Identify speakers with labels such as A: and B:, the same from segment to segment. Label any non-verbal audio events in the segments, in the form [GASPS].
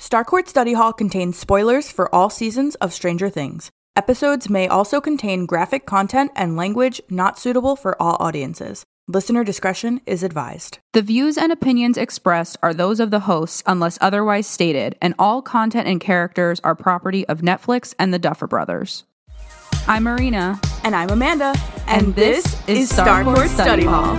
A: Starcourt Study Hall contains spoilers for all seasons of Stranger Things. Episodes may also contain graphic content and language not suitable for all audiences. Listener discretion is advised.
B: The views and opinions expressed are those of the hosts unless otherwise stated, and all content and characters are property of Netflix and the Duffer Brothers. I'm Marina.
A: And I'm Amanda.
B: And this is Starcourt Study Hall.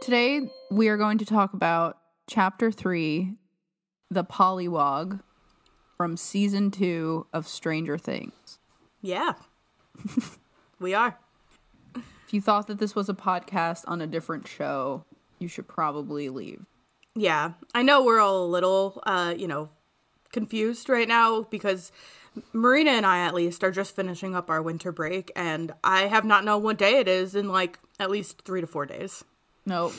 B: Today, we are going to talk about Chapter 3, The Pollywog, from Season 2 of Stranger Things.
A: Yeah. [LAUGHS] we are.
B: If you thought that this was a podcast on a different show, you should probably leave.
A: Yeah. I know we're all a little, uh, you know, confused right now because Marina and I, at least, are just finishing up our winter break, and I have not known what day it is in like at least three to four days.
B: No,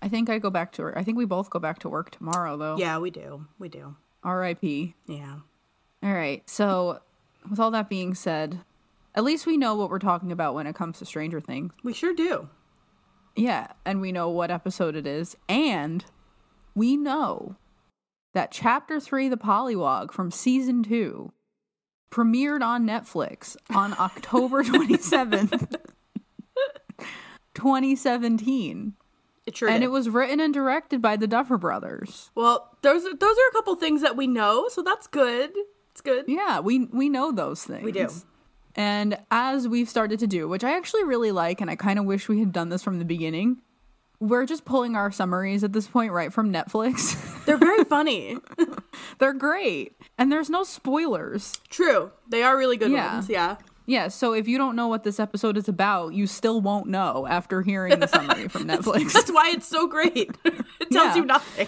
B: I think I go back to work. I think we both go back to work tomorrow, though.
A: Yeah, we do. We do.
B: R.I.P.
A: Yeah.
B: All right. So, with all that being said, at least we know what we're talking about when it comes to Stranger Things.
A: We sure do.
B: Yeah, and we know what episode it is. And we know that chapter three, The Polywog from season two, premiered on Netflix
A: [LAUGHS]
B: on October 27th, 2017.
A: It sure
B: And
A: did.
B: it was written and directed by the Duffer Brothers.
A: Well, those are, those are a couple things that we know, so that's good. It's good.
B: Yeah, we we know those things.
A: do.
B: And as we've started to do, which I actually really like and I kind of wish we had done this from the beginning, we're just pulling our summaries at this point right from Netflix. [LAUGHS]
A: They're very funny.
B: They're great. And there's no spoilers.
A: True. They are really good
B: Yeah.
A: ones. Yeah.
B: Yeah, so if you don't know what this episode is about, you still won't know after hearing the summary from Netflix.
A: That's why it's so great. [LAUGHS] it tells
B: Yeah.
A: you nothing.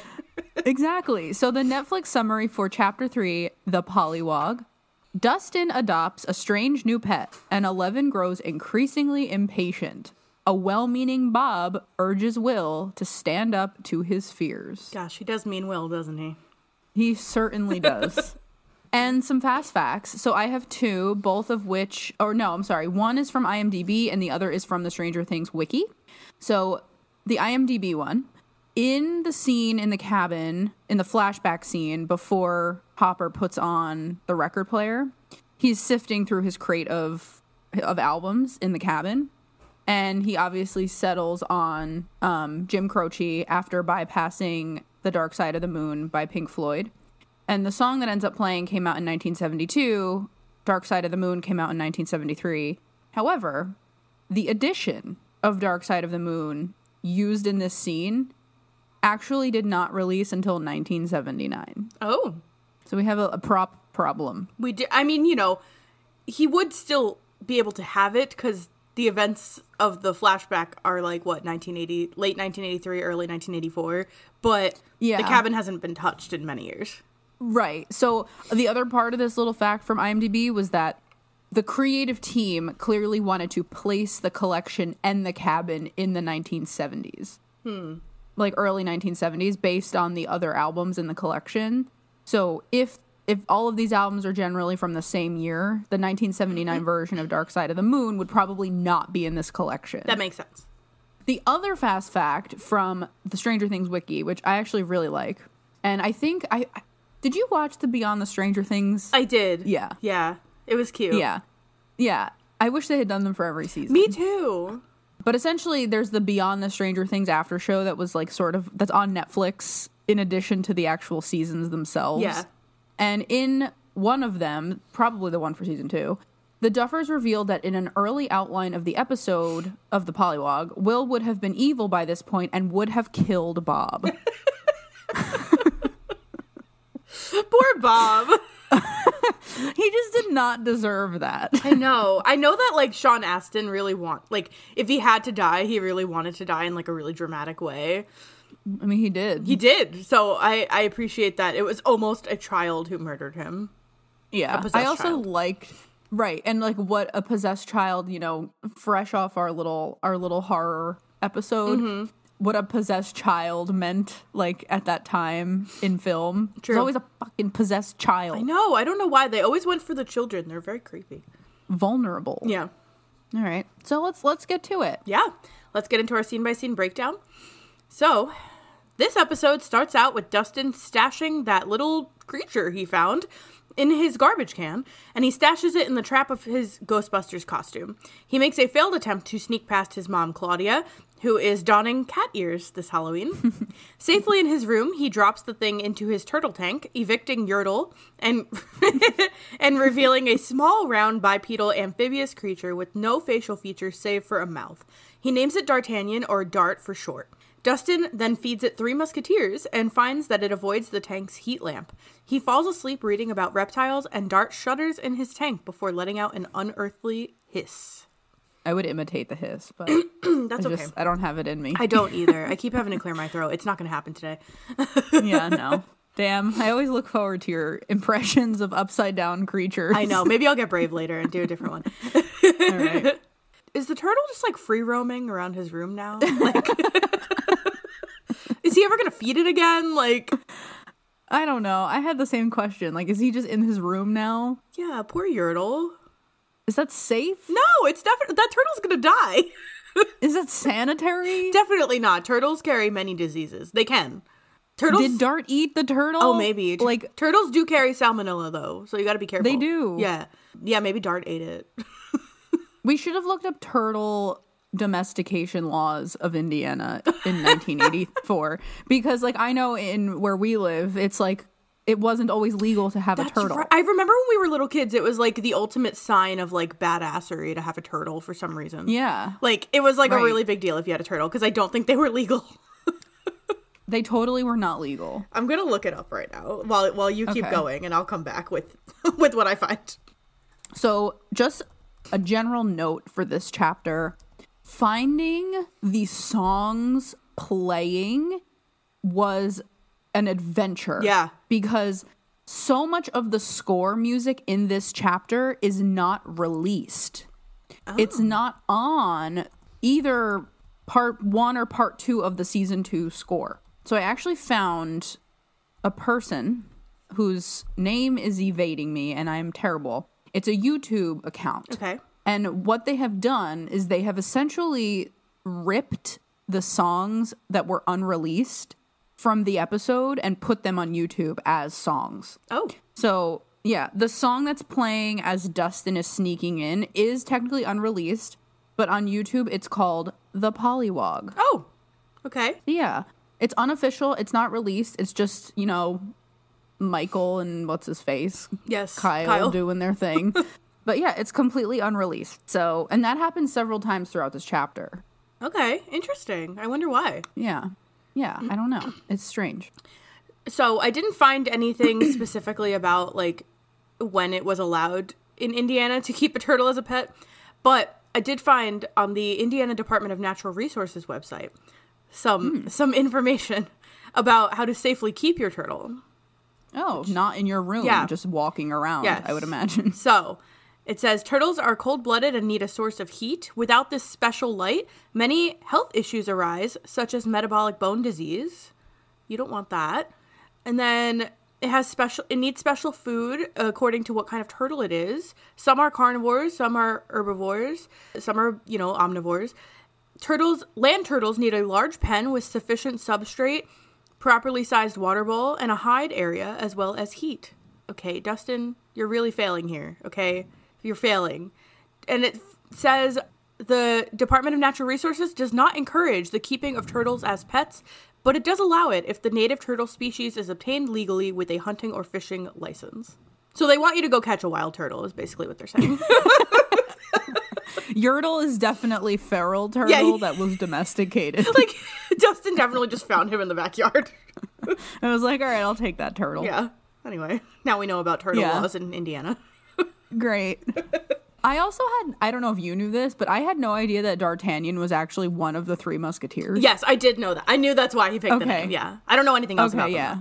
B: Exactly. So the Netflix summary for chapter three, The Pollywog. Dustin adopts a strange new pet, and Eleven grows increasingly impatient. A well meaning Bob urges Will to stand up to his fears.
A: Gosh, he does mean well, doesn't he?
B: He certainly does. and some fast facts. So I have two, both of which, or no, I'm sorry, one is from IMDb and the other is from the Stranger Things wiki. So the IMDb one. In the scene in the cabin, in the flashback scene before Hopper puts on the record player, he's sifting through his crate of of albums in the cabin and he obviously settles on um, Jim Croce after bypassing The Dark Side of the Moon by Pink Floyd. And the song that ends up playing came out in 1972. Dark Side of the Moon came out in 1973. However, the addition of Dark Side of the Moon used in this scene actually did not release until 1979.
A: Oh,
B: So we have a, a prop problem.
A: we do. I mean, you know, he would still be able to have it because the events of the flashback are like what 1980, late 1983, early 1984. But the
B: Yeah.
A: cabin hasn't been touched in many years.
B: Right. So the other part of this little fact from IMDb was that the creative team clearly wanted to place the collection and the cabin in the 1970s. Like early 1970s based on the other albums in the collection. So if if all of these albums are generally from the same year, the 1979 version of Dark Side of the Moon would probably not be in this collection.
A: That makes sense.
B: The other fast fact from the Stranger Things wiki, which I actually really like, and I think I, I did you watch the Beyond the Stranger Things?
A: I did.
B: Yeah.
A: Yeah. It was cute.
B: yeah, yeah. I wish they had done them for every season.
A: Me too.
B: But essentially, there's the Beyond the Stranger Things after show that was like sort of that's on Netflix in addition to the actual seasons themselves.
A: Yeah.
B: And in one of them, probably the one for season two, the Duffers revealed that in an early outline of the episode of the Polywog, Will would have been evil by this point and would have killed Bob. [LAUGHS]
A: Poor [LAUGHS] Bob.
B: he just did not deserve that.
A: I know. I know that like Sean Astin really want like if he had to die, he really wanted to die in like a really dramatic way.
B: [LAUGHS] I mean, he did.
A: He did. So I I appreciate that. It was almost a child who murdered him.
B: Yeah.
A: possessed
B: I also
A: child.
B: liked right and like what a
A: Mm-hmm.
B: possessed child, you know, fresh off our little our little horror episode what a possessed child meant like at that time in film.
A: True.
B: There's always a fucking possessed child.
A: No, I don't know why. They always went for the children. They're very creepy.
B: Vulnerable.
A: Yeah.
B: All right. So let's let's get to it.
A: Yeah. Let's get into our scene by scene breakdown. So, this episode starts out with Dustin stashing that little creature he found in his garbage can, and he stashes it in the trap of his Ghostbusters costume. He makes a failed attempt to sneak past his mom, Claudia, who is donning cat ears this Halloween. [LAUGHS] Safely in his room, he drops the thing into his turtle tank, evicting Yertle and [LAUGHS] and revealing a small round bipedal amphibious creature with no facial features save for a mouth. He names it D'Artagnan or Dart for short. Dustin then feeds it three musketeers and finds that it avoids the tank's heat lamp. He falls asleep reading about reptiles and Dart shudders in his tank before letting out an unearthly hiss.
B: I would imitate the hiss,
A: [COUGHS]
B: but
A: Hmm, That's
B: I
A: okay.
B: just I don't have it in me.
A: I don't either. I keep having to clear my throat. It's not going to happen today.
B: [LAUGHS]
A: [LAUGHS]
B: yeah, no. Damn, I always look forward to your impressions of upside down creatures.
A: I know. Maybe I'll get brave later and do a different one.
B: All right.
A: [LAUGHS] Is the turtle just like free roaming around his room now? Like, [LAUGHS] is he ever going to feed it again? Like,
B: I don't know. I had the same question. Like, is he just in his room now?
A: yeah, poor Yertle.
B: Is that safe?
A: No, it's definitely that turtle's going to die. [LAUGHS]
B: Is that sanitary?
A: Definitely not. Turtles carry many diseases. They can. Turtles.
B: Did Dart eat the turtle?
A: oh, maybe. Tur-
B: Like,
A: turtles do carry salmonella though, so you got to be careful.
B: They do.
A: Yeah. Yeah. Maybe Dart ate it.
B: we should have looked up turtle domestication laws of Indiana
A: [LAUGHS]
B: in 1984 because, like, I know in where we live, it's like it wasn't always legal to have a
A: That's
B: turtle.
A: right. I remember when we were little kids, it was like the ultimate sign of like badassery to have a turtle for some reason.
B: Yeah,
A: Like it was like
B: Right.
A: a really big deal if you had a turtle because I don't think they were legal.
B: they totally were not legal.
A: [LAUGHS] I'm gonna look it up right now while while you keep
B: Okay.
A: going and I'll come back with [LAUGHS] with what I find.
B: So, just a general note for this chapter finding the songs playing was an adventure.
A: Yeah.
B: Because so much of the score music in this chapter is not released, it's not on either part one or part two of the season two score. So, I actually found a person whose name is evading me and I'm terrible. It's a YouTube account.
A: Okay.
B: And what they have done is they have essentially ripped the songs that were unreleased from the episode and put them on YouTube as songs.
A: Oh.
B: So, yeah, the song that's playing as Dustin is sneaking in is technically unreleased, but on YouTube it's called The Polywog.
A: Oh. Okay.
B: Yeah. It's unofficial. It's not released. It's just, you know, Michael and what's his face?
A: Yes. [LAUGHS]
B: Kyle, doing their thing. but yeah, it's completely unreleased. So, and that happens several times throughout this chapter.
A: Okay. Interesting. I wonder why.
B: Yeah. Yeah. I don't know. It's strange.
A: So I didn't find anything [COUGHS] specifically about like when it was allowed in Indiana to keep a turtle as a pet, but I did find on the Indiana Department of Natural Resources website some some [LAUGHS] information about how to safely keep your turtle.
B: Oh, not in your room,
A: Yeah.
B: just walking around,
A: Yes.
B: I would imagine.
A: [LAUGHS] So it says turtles are cold blooded and need a source of heat. Without this special light, many health issues arise, such as metabolic bone disease. You don't want that. And then it has special it needs special food according to what kind of turtle it is. Some are carnivores, some are herbivores, some are, you know, omnivores. Turtles, land turtles need a large pen with sufficient substrate, properly sized water bowl, and a hide area as well as heat. Okay, Dustin, you're really failing here, okay? You're failing. And it f- says the Department of Natural Resources does not encourage the keeping of turtles as pets, but it does allow it if the native turtle species is obtained legally with a hunting or fishing license. So they want you to go catch a wild turtle is basically what they're saying. [LAUGHS]
B: Yertle is definitely
A: [LAUGHS]
B: feral turtle
A: he-
B: that was
A: [LAUGHS]
B: domesticated.
A: like Dustin definitely just found him in the backyard.
B: I was like, all right, I'll take that turtle.
A: Yeah. Anyway, now we know about turtle
B: Yeah.
A: laws in Indiana.
B: Great.
A: [LAUGHS]
B: I also had, I don't know if you knew this, but I had no idea that D'Artagnan was actually one of the three Musketeers.
A: Yes, I did know that. I knew that's why he picked the
B: Okay.
A: name. Yeah. I don't know anything else about
B: Okay,
A: them,
B: yeah.
A: though.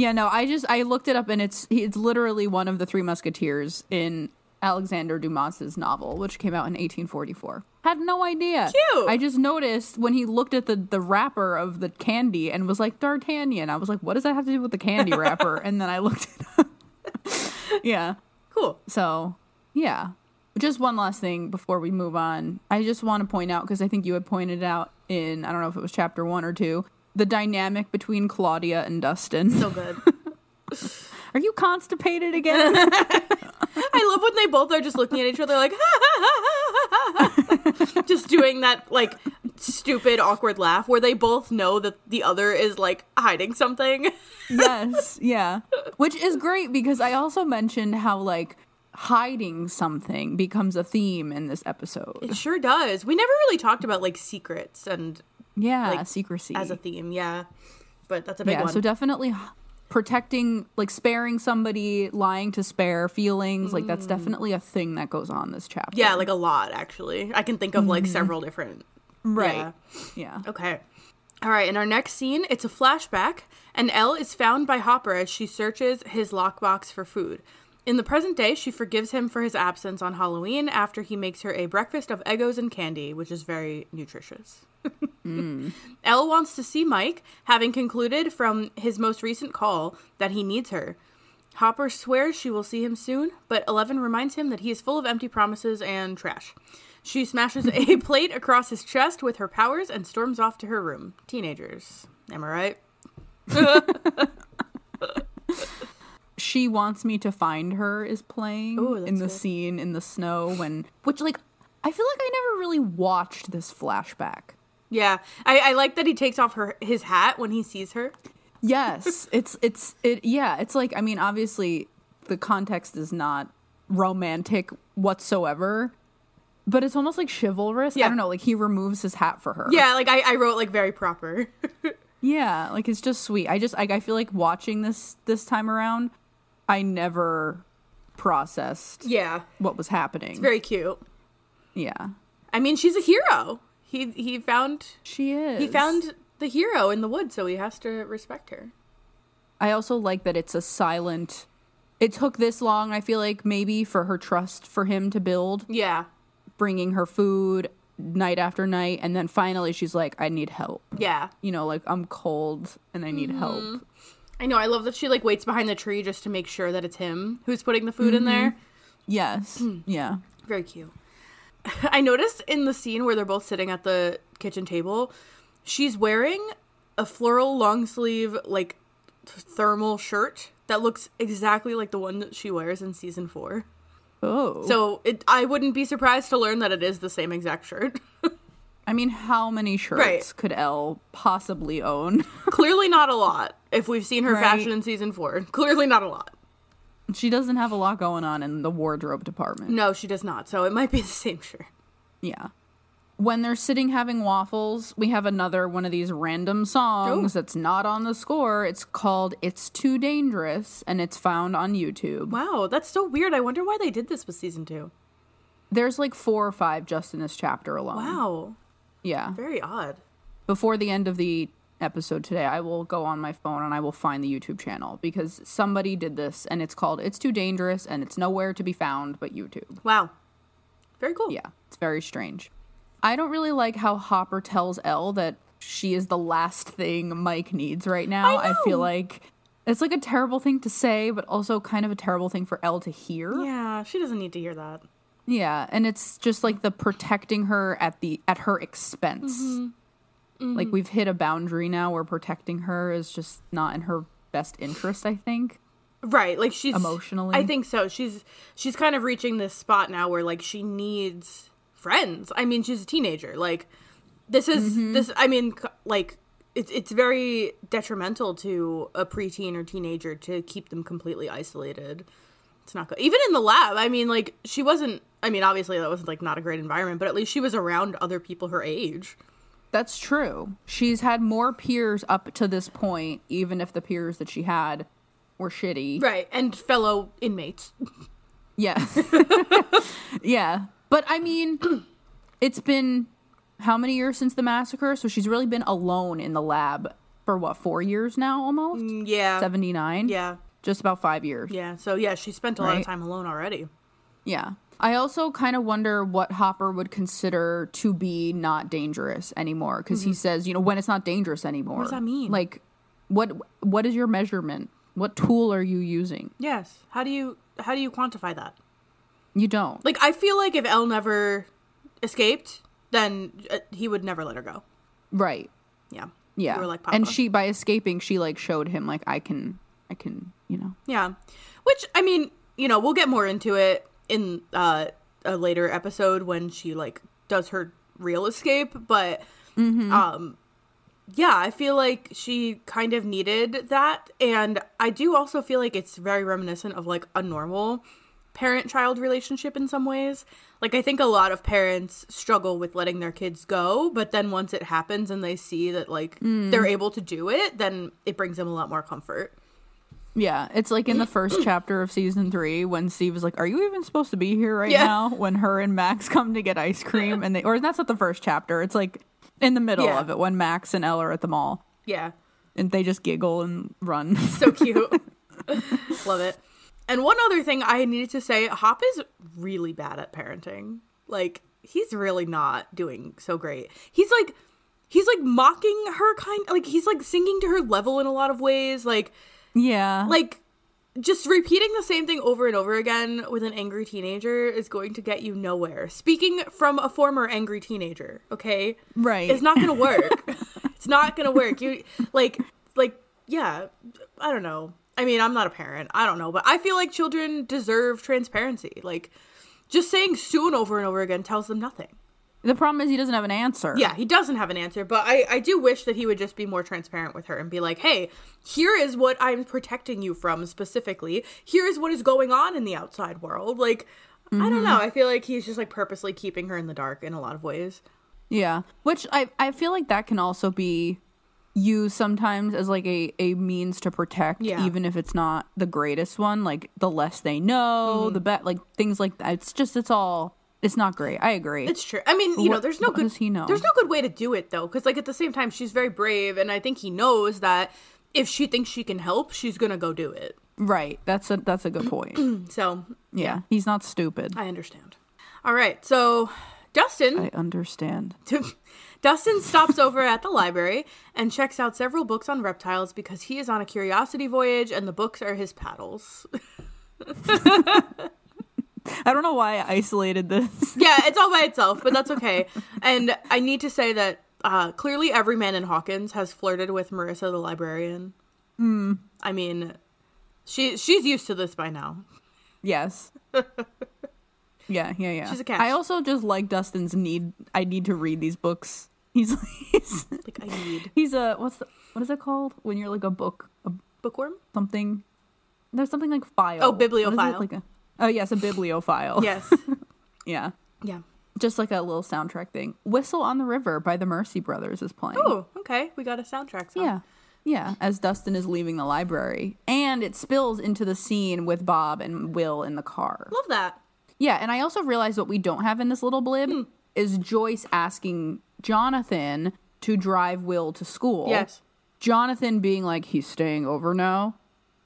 B: Yeah, no, I just I looked it up and it's he- it's literally one of the three musketeers in Alexander Dumas's novel, which came out in 1844. Had no idea.
A: Cute.
B: I just noticed when he looked at the the wrapper of the candy and was like D'Artagnan. I was like, what does that have to do with the candy wrapper? and then I looked it up. [LAUGHS] yeah.
A: Cool.
B: So, yeah. Just one last thing before we move on. I just want to point out because I think you had pointed out in I don't know if it was chapter 1 or 2, the dynamic between Claudia and Dustin.
A: So good. [LAUGHS]
B: Are you constipated again?
A: I love when they both are just looking at each other like, [LAUGHS] just doing that like stupid awkward laugh where they both know that the other is like hiding something. [LAUGHS]
B: yes, yeah. Which is great because I also mentioned how like hiding something becomes a theme in this episode.
A: It sure does. We never really talked about like secrets and
B: Yeah,
A: Like,
B: secrecy.
A: as a theme, yeah. But that's a big
B: yeah,
A: one.
B: so definitely h- protecting like sparing somebody, lying to spare feelings, like that's definitely a thing that goes on this chapter.
A: Mm. yeah, like a lot actually. I can think of
B: Mm-hmm.
A: like several different.
B: Right.
A: yeah.
B: yeah.
A: Okay. All right, in our next scene, it's a flashback, and Elle is found by Hopper as she searches his lockbox for food. In the present day, she forgives him for his absence on Halloween after he makes her a breakfast of Eggos and candy, which is very nutritious. [LAUGHS] Elle wants to see Mike, having concluded from his most recent call that he needs her. Hopper swears she will see him soon, but Eleven reminds him that he is full of empty promises and trash. She smashes a plate across his chest with her powers and storms off to her room. Teenagers. Am I right?
B: she wants me to find her is playing
A: Ooh,
B: in
A: that's
B: the
A: good.
B: scene in the snow when which like i feel like i never really watched this flashback
A: Yeah. I, I like that he takes off her his hat when he sees her. [LAUGHS]
B: yes it's it's it yeah it's like i mean obviously the context is not romantic whatsoever but it's almost like chivalrous
A: Yeah.
B: i don't know like he removes his hat for her
A: Yeah, like I, I wrote like very proper. [LAUGHS]
B: yeah like it's just sweet i just like i feel like watching this this time around i never processed
A: yeah.
B: what was happening
A: Very cute.
B: yeah
A: I mean she's a hero. He he found
B: she is
A: he found the hero in the woods, so he has to respect her.
B: I also like that it's a silent. It took this long, I feel like, maybe for her trust for him to build,
A: Yeah.
B: bringing her food night after night. And then finally she's like, I need help.
A: Yeah.
B: You know, like I'm cold and I need
A: Mm-hmm.
B: help.
A: I know. I love that she like waits behind the tree just to make sure that it's him who's putting the food in there.
B: Yes.
A: Hmm.
B: Yeah.
A: Very cute. [LAUGHS] I noticed in the scene where they're both sitting at the kitchen table, she's wearing a floral long sleeve like thermal shirt that looks exactly like the one that she wears in season 4.
B: Oh. So,
A: So, it I wouldn't be surprised to learn that it is the same exact shirt. [LAUGHS]
B: I mean, how many shirts
A: Right.
B: could Elle possibly own? [LAUGHS]
A: Clearly not a lot if we've seen her
B: Right.
A: fashion in season 4. Clearly not a lot.
B: she doesn't have a lot going on in the wardrobe department.
A: No, she does not. So, it might be the same shirt.
B: Yeah. When they're sitting having waffles, we have another one of these random songs that's not on the score. It's called It's Too Dangerous and it's found on YouTube.
A: Wow, that's so weird. I wonder why they did this with season 2.
B: There's like four or five just in this chapter alone.
A: Wow,
B: Yeah.
A: very odd.
B: Before the end of the episode today, I will go on my phone and I will find the YouTube channel because somebody did this and it's called It's Too Dangerous and it's nowhere to be found but YouTube.
A: Wow. Very cool.
B: Yeah, it's very strange. I don't really like how Hopper tells Elle that she is the last thing Mike needs right now. I, feel
A: know.
B: like it's like a terrible thing to say, but also kind of a terrible thing for Elle to hear.
A: Yeah, she doesn't need to hear that.
B: Yeah, and it's just like the protecting her at the at her expense. Like we've hit a boundary now where protecting her is just not in her best interest, I think.
A: Right. Like she's
B: Emotionally?
A: I think so. She's she's kind of reaching this spot now where like she needs friends. I mean, she's a teenager. Like this is this I mean c- like it's it's very detrimental to a preteen or teenager to keep them completely isolated. It's not good. Even in the lab, I mean, like she wasn't I mean, obviously that was like not a great environment, but at least she was around other people her age.
B: That's true. She's had more peers up to this point, even if the peers that she had were shitty.
A: Right. And fellow inmates.
B: Yeah. [LAUGHS] yeah. But I mean, [CLEARS THROAT] it's been how many years since the massacre? So she's really been alone in the lab for what, four years now almost?
A: Yeah.
B: 79?
A: Mm. Yeah.
B: Just about five years.
A: Yeah. So yeah, she spent a lot
B: Right.
A: of time alone already.
B: Yeah. I also kind of wonder what Hopper would consider to be not dangerous anymore because he says, you know, when it's not dangerous anymore.
A: Mm-hmm.
B: What
A: does that mean?
B: Like, what what is your measurement? What tool are you using?
A: Yes. How do you how do you quantify that?
B: You don't.
A: Like I feel like if Elle never escaped, then uh, he would never let her go.
B: Right.
A: Yeah.
B: Yeah.
A: You were like
B: and
A: Papa.
B: she by escaping, she like showed him like I can I can, you know.
A: Yeah. Which I mean, you know, we'll get more into it in uh, a later episode when she like does her real escape, but um yeah, I feel like she kind of needed that and I do also feel like it's very reminiscent of like a normal parent-child relationship in some ways. Like I think a lot of parents struggle with letting their kids go, but then once it happens and they see that like they're able to do it, then it brings them a lot more comfort.
B: Yeah, it's
A: [CLEARS THROAT]
B: like in the first chapter of season three when Steve is like, "Are you even supposed to be here right
A: Yeah.
B: now?" When her and Max come to get ice cream, and they or that's not the first chapter. It's like in the middle
A: Yeah.
B: of it when Max and Elle are at the mall,
A: Yeah.
B: and they just giggle and run.
A: so cute. [LAUGHS] Love it. And one other thing I needed to say, Hop is really bad at parenting. Like he's really not doing so great. He's like he's like mocking her kind like he's like singing to her level in a lot of ways, like
B: [LAUGHS] yeah,
A: like just repeating the same thing over and over again with an angry teenager is going to get you nowhere. Speaking from a former angry teenager, okay?
B: right.
A: it's not gonna work it's not gonna work you like like yeah i don't know i mean i'm not a parent i don't know but i feel like children deserve transparency like just saying soon over and over again tells them nothing
B: the problem is he doesn't have an answer.
A: yeah he doesn't have an answer but i i do wish that he would just be more transparent with her and be like hey here is what i'm protecting you from specifically here is what is going on in the outside world like i don't know i feel like he's just like purposely keeping her in the dark in a lot of ways
B: Yeah. Which I, I feel like that can also be used sometimes as like a, a means to protect,
A: Yeah.
B: even if it's not the greatest one. Like the less they know,
A: Mm-hmm.
B: the bet like things like that. It's just it's all it's not great. I agree.
A: It's true. I mean, you know,
B: What-
A: there's no
B: what
A: good.
B: does he know?
A: There's no good way to do it though, because like at the same time, she's very brave, and I think he knows that if she thinks she can help, she's gonna go do it.
B: right. That's a that's a
A: [CLEARS THROAT]
B: good point. yeah.
A: So
B: He's not stupid.
A: I understand. All right, so Dustin,
B: I understand.
A: [LAUGHS] Dustin stops over at the library and checks out several books on reptiles because he is on a curiosity voyage, and the books are his paddles.
B: I don't know why I isolated this. [LAUGHS]
A: yeah, it's all by itself, but that's okay. and I need to say that uh, clearly every man in Hawkins has flirted with Marissa the librarian. I mean, she she's used to this by now. [LAUGHS]
B: yes. Yeah, yeah, yeah.
A: She's a catch.
B: I also just like Dustin's need I need to read these books. He's [LAUGHS] he's
A: Like I need
B: He's a what's the, what is it called when you're like a book a
A: bookworm.
B: something? There's something like file.
A: Oh,
B: What is it?
A: bibliophile.
B: Like a oh yes, a bibliophile.
A: Yes.
B: [LAUGHS] yeah.
A: yeah.
B: Just like a little soundtrack thing. Whistle on the River by the Mercy Brothers is playing.
A: Oh, okay. We got a soundtrack song.
B: yeah. Yeah, as Dustin is leaving the library. And it spills into the scene with Bob and Will in the car.
A: Love that.
B: Yeah, and I also realized what we don't have in this little blib
A: Mm.
B: is Joyce asking Jonathan to drive Will to school.
A: Yes.
B: Jonathan being like, he's staying over now,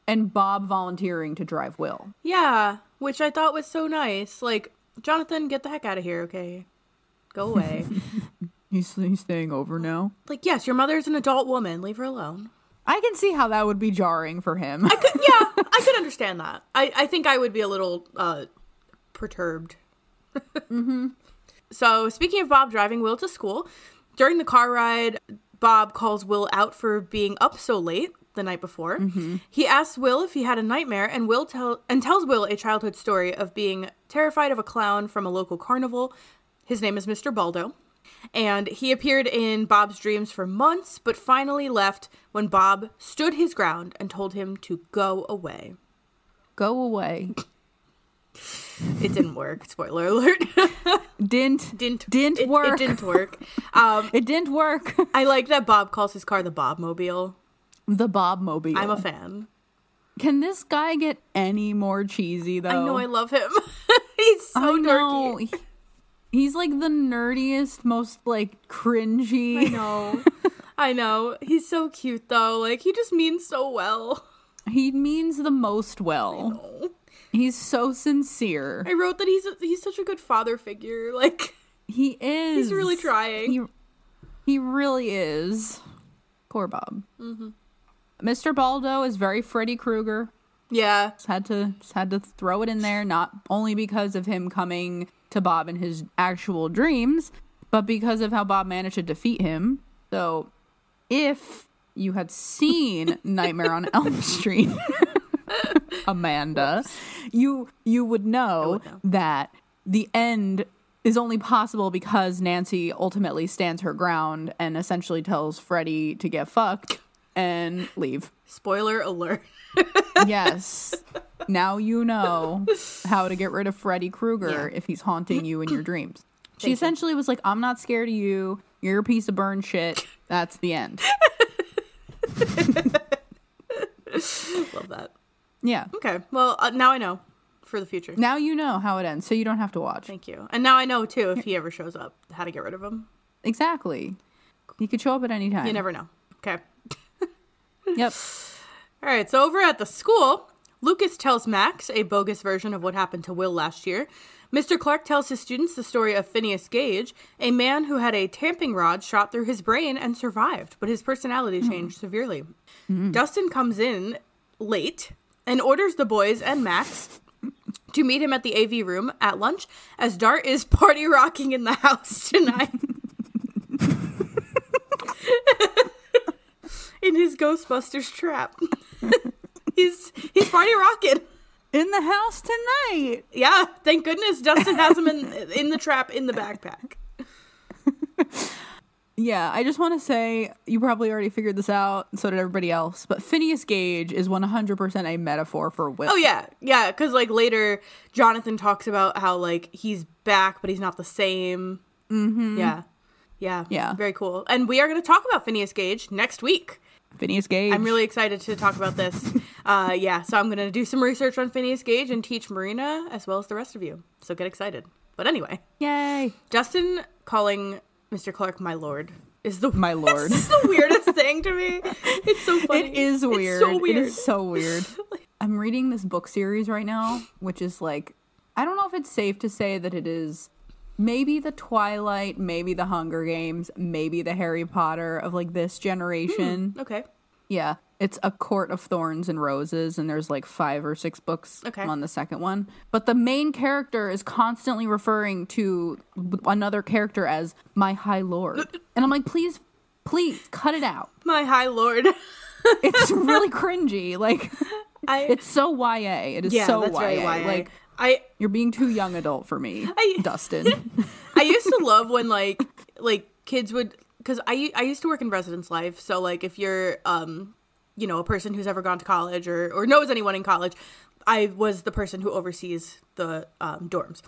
B: and Bob volunteering to drive Will.
A: Yeah, which I thought was so nice. Like Jonathan, get the heck out of here, okay? Go away.
B: He's, he's staying over now.
A: like, yes, your mother's an adult woman. Leave her alone.
B: I can see how that would be jarring for him.
A: Could- yeah, I could understand that. I, I think I would be a little uh, perturbed. So, speaking of Bob driving Will to school, during the car ride, Bob calls Will out for being up so late the night before. He asks Will if he had a nightmare, and Will tell and tells Will a childhood story of being terrified of a clown from a local carnival. His name is Mr. Baldo. And he appeared in Bob's dreams for months, but finally left when Bob stood his ground and told him to go away.
B: Go away.
A: It didn't work. Spoiler alert. [LAUGHS]
B: Didn't.
A: didn't
B: Didn't
A: it- It
B: work.
A: didn't work. Um,
B: It didn't work. [LAUGHS]
A: I like that Bob calls his car the Bob Mobile.
B: the Bob Mobile.
A: I'm a fan.
B: Can this guy get any more cheesy though?
A: I know I love him. [LAUGHS] He's so nerdy.
B: He- He's like the nerdiest, most like cringy.
A: I know. I know. He's so cute though. Like he just means so well.
B: He means the most well.
A: Oh.
B: He's so sincere.
A: I wrote that he's a, he's such a good father figure. Like
B: He is.
A: he's really trying.
B: He, he really is. Poor Bob.
A: Mm-hmm.
B: Mr. Baldo is very Freddy Krueger.
A: yeah.
B: Just had to just had to throw it in there, not only because of him coming to Bob in his actual dreams, but because of how Bob managed to defeat him. So, if you had seen Nightmare on
A: [LAUGHS]
B: Elm Street, [LAUGHS] Amanda, you you would know,
A: would know.
B: that the end is only possible because Nancy ultimately stands her ground and essentially tells Freddy to get fucked and leave
A: Spoiler alert. [LAUGHS]
B: yes. Now you know how to get rid of Freddy Krueger
A: Yeah.
B: if he's haunting you in
A: [CLEARS THROAT]
B: your dreams. She
A: you.
B: essentially was like, I'm not scared of you. You're a piece of burn shit. That's the end.
A: Love that.
B: Yeah.
A: Okay. Well, uh, now I know for the future.
B: Now you know how it ends, so you don't have to watch.
A: Thank you. And now I know too if he ever shows up how to get rid of him.
B: Exactly. He could show up at any time.
A: You never know. Okay.
B: Yep.
A: All right, so over at the school, Lucas tells Max a bogus version of what happened to Will last year. Mr. Clark tells his students the story of Phineas Gage, a man who had a tamping rod shot through his brain and survived, but his personality changed severely. Dustin comes in late and orders the boys and Max to meet him at the AV room at lunch as Dart is [LAUGHS] party rocking in the house tonight. [LAUGHS] in his Ghostbusters trap. he's he's party rocking.
B: In the house tonight.
A: Yeah, thank goodness Dustin has him in in the trap in the backpack.
B: Yeah, I just want to say you probably already figured this out, and so did everybody else. But Phineas Gage is 100% a metaphor for Will.
A: Oh yeah, yeah, because like later Jonathan talks about how like he's back, but he's not the same. Mm-hmm. Yeah, yeah,
B: Yeah.
A: Very cool. And we are going to talk about Phineas Gage next week.
B: Phineas Gage.
A: I'm really excited to talk about this. uh, yeah, so I'm going to do some research on Phineas Gage and teach Marina as well as the rest of you. So get excited. But anyway.
B: Yay.
A: Justin calling Mr. Clark my lord is the
B: My
A: [LAUGHS]
B: lord.
A: It's the
B: [LAUGHS]
A: weirdest thing to me. It's so funny.
B: It is weird.
A: It's so weird.
B: It is so weird. [LAUGHS] I'm reading this book series right now, which is like, I don't know if it's safe to say that it is maybe the Twilight, maybe the Hunger Games, maybe the Harry Potter of like this generation.
A: okay.
B: Yeah. It's A Court of Thorns and Roses, and there's like five or six books
A: Okay.
B: on the second one. But the main character is constantly referring to another character as my High Lord. [LAUGHS] And I'm like, please, please cut it out.
A: My high lord. [LAUGHS]
B: It's really cringy. Like,
A: I
B: it's so YA. It is
A: yeah,
B: so
A: that's
B: YA.
A: very why.
B: Like
A: I
B: you're being too young adult for me,
A: [LAUGHS] I-
B: Dustin.
A: I used to love when like like kids would because I I used to work in residence life. So like if you're um you know a person who's ever gone to college or or knows anyone in college, I was the person who oversees the um, dorms,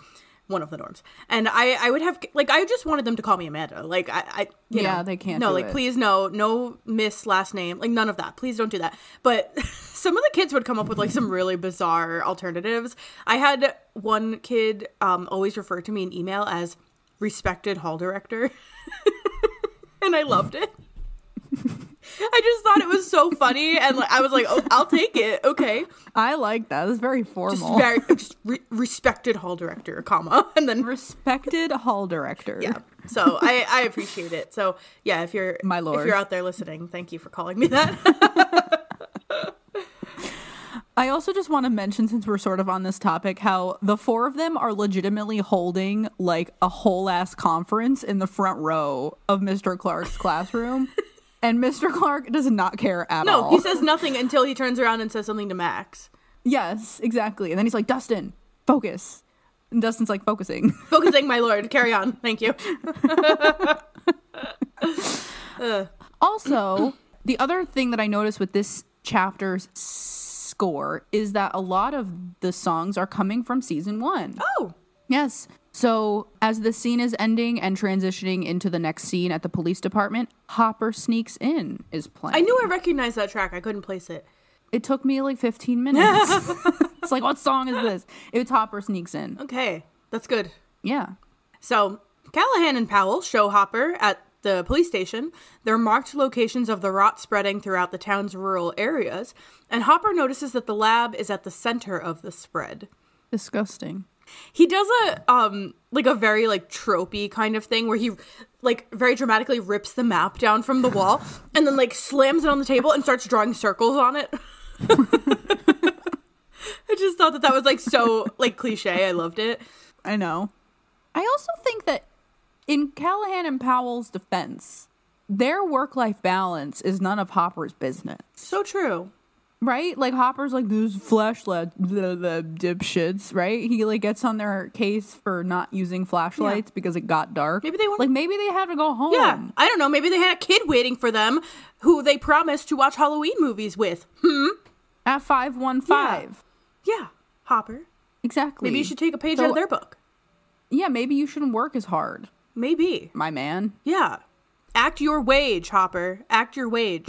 A: one of the dorms, and I I would have like I just wanted them to call me Amanda. Like I I you
B: Yeah,
A: know,
B: they can't
A: no
B: do
A: like
B: it.
A: please no no miss last name like none of that please don't do that. But [LAUGHS] some of the kids would come up with like some really bizarre alternatives. I had one kid um always refer to me in email as respected hall director. [LAUGHS] and I loved it. I just thought it was so funny, and like, I was like, "Oh, I'll take it." Okay,
B: I like that. It's very
A: just
B: formal.
A: very just re- respected hall director, comma, [LAUGHS] and then
B: Respected hall director.
A: yeah. So I I appreciate it. So yeah, if you're
B: My
A: if
B: lord.
A: you're out there listening, thank you for calling me that. [LAUGHS]
B: I also just want to mention, since we're sort of on this topic, how the four of them are legitimately holding like a whole ass conference in the front row of Mr.
A: [LAUGHS]
B: Clark's classroom. And Mr. Clark does not care at
A: no,
B: all.
A: he says nothing until he turns around and says something to Max.
B: yes, exactly. And then he's like, Dustin, focus. And Dustin's like, focusing.
A: Focusing, my lord. Carry on. Thank you.
B: Also, the other thing that I noticed with this chapter's score is that a lot of the songs are coming from season one.
A: Oh,
B: Yes. So, as the scene is ending and transitioning into the next scene at the police department, Hopper Sneaks In is playing.
A: I knew I recognized that track. I couldn't place it.
B: It took me like 15
A: [LAUGHS]
B: minutes. it's like, what song is this? It's Hopper Sneaks In.
A: Okay, that's good.
B: Yeah.
A: So Callahan and Powell show Hopper at the police station, there are marked locations of the rot spreading throughout the town's rural areas, and Hopper notices that the lab is at the center of the spread.
B: Disgusting.
A: He does a um like a very like tropey kind of thing where he like very dramatically rips the map down from the wall and then like slams it on the table and starts drawing circles on it. [LAUGHS] I just thought that that was like so like cliche. I loved it.
B: I know. I also think that in Callahan and Powell's defense, their work life balance is none of Hopper's business,
A: So true.
B: right? Like Hopper's like those flashlight the, the dipshits, right? He like gets on their case for not using flashlights because it got dark.
A: Maybe they wanna-
B: like maybe they had to go home.
A: Yeah, I don't know. Maybe they had a kid waiting for them who they promised to watch Halloween movies with. Hmm.
B: at five one five.
A: Yeah, Hopper.
B: Exactly.
A: Maybe you should take a page out
B: So-
A: of their book.
B: Yeah, maybe you shouldn't work as hard,
A: Maybe.
B: my man.
A: Yeah. Act your wage, Hopper. Act your
B: [LAUGHS]
A: wage.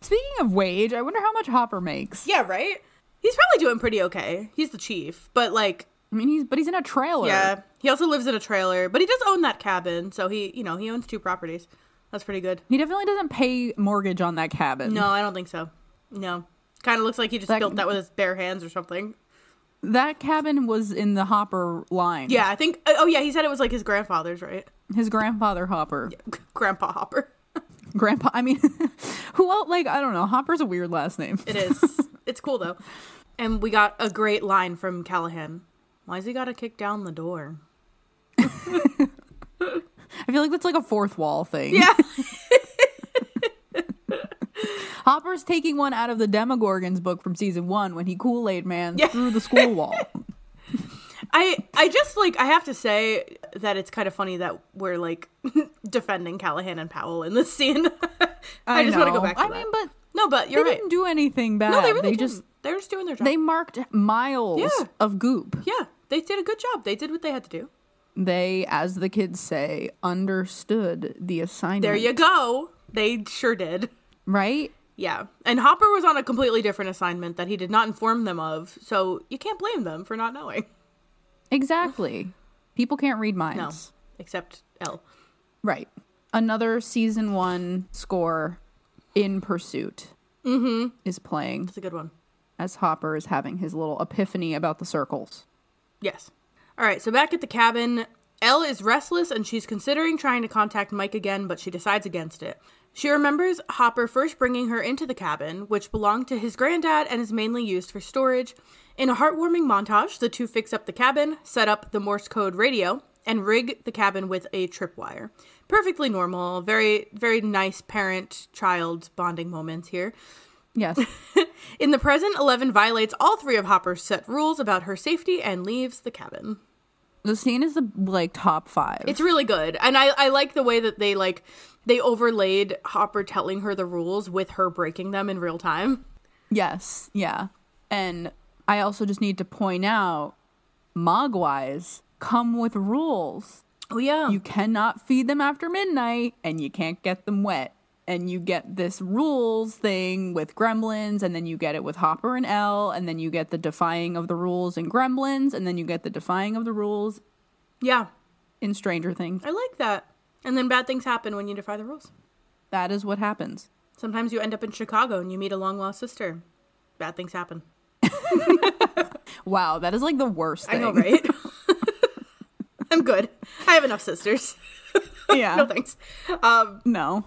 B: Speaking of wage, I wonder how much Hopper makes.
A: yeah, right? He's probably doing pretty okay. He's the chief, but like,
B: I mean, he's but he's in a trailer.
A: yeah. He also lives in a trailer, but he does own that cabin, so he, you know, he owns two properties. That's pretty good.
B: He definitely doesn't pay mortgage on that cabin.
A: No, I don't think so. No. Kind of looks like he just
B: That-
A: built that with his bare hands or something.
B: That cabin was in the Hopper line.
A: Yeah, I think. Oh, yeah, he said it was like his grandfather's, right? [LAUGHS]
B: His grandfather Hopper.
A: Grandpa Hopper.
B: Grandpa I mean [LAUGHS] who else like I don't know. Hopper's a weird last name.
A: It
B: [LAUGHS]
A: is. it's cool though. And we got a great line from Callahan. Why's he gotta kick down the door?
B: I feel like that's like a fourth wall thing.
A: Yeah.
B: Hopper's taking one out of the Demogorgon's book from season one when he Kool-Aid man through the school wall.
A: [LAUGHS] I I just like I have to say that it's kind of funny that we're like [LAUGHS] defending Callahan and Powell in this scene. [LAUGHS] [LAUGHS] I, just want to
B: know.
A: go back to
B: I
A: that.
B: mean, but
A: no, but
B: they
A: you're right.
B: didn't do anything bad.
A: No, they really didn't.
B: just
A: they're just doing their job.
B: they marked miles
A: Yeah.
B: of goop.
A: yeah, they did a good job. They did what they had to do.
B: They, as the kids say, understood the assignment.
A: There you go. They sure did.
B: Right?
A: Yeah. And Hopper was on a completely different assignment that he did not inform them of, so you can't blame them for not knowing.
B: Exactly. People can't read
A: No,
B: minds.
A: except L.
B: Right. Another season one score in pursuit is playing
A: That's a good one.
B: as Hopper is having his little epiphany about the circles.
A: Yes. All right, so back at the cabin, Elle is restless and she's considering trying to contact Mike again, but she decides against it. She remembers Hopper first bringing her into the cabin, which belonged to his granddad and is mainly used for storage. In a heartwarming montage, the two fix up the cabin, set up the Morse code radio, and rig the cabin with a tripwire. Perfectly normal, very, very nice parent child bonding moments here.
B: Yes.
A: In the present, Eleven violates all three of Hopper's set rules about her safety and leaves the cabin.
B: the scene is the like top five.
A: It's really good. And I, I like the way that they like they overlaid Hopper telling her the rules with her breaking them in real time.
B: yes. Yeah. And I also just need to point out Mogwais come with rules.
A: Oh yeah.
B: you cannot feed them after midnight and you can't get them wet and you get this rules thing with gremlins and then you get it with hopper and l and then you get the defying of the rules in gremlins and then you get the defying of the rules
A: yeah.
B: in stranger things
A: I like that. And then bad things happen when you defy the rules.
B: that is what happens
A: Sometimes you end up in Chicago and you meet a long lost sister. Bad things happen.
B: wow that is like the worst
A: I
B: thing
A: know,
B: [LAUGHS]
A: right? [LAUGHS] I'm good. I have enough sisters.
B: yeah
A: No thanks. Um
B: no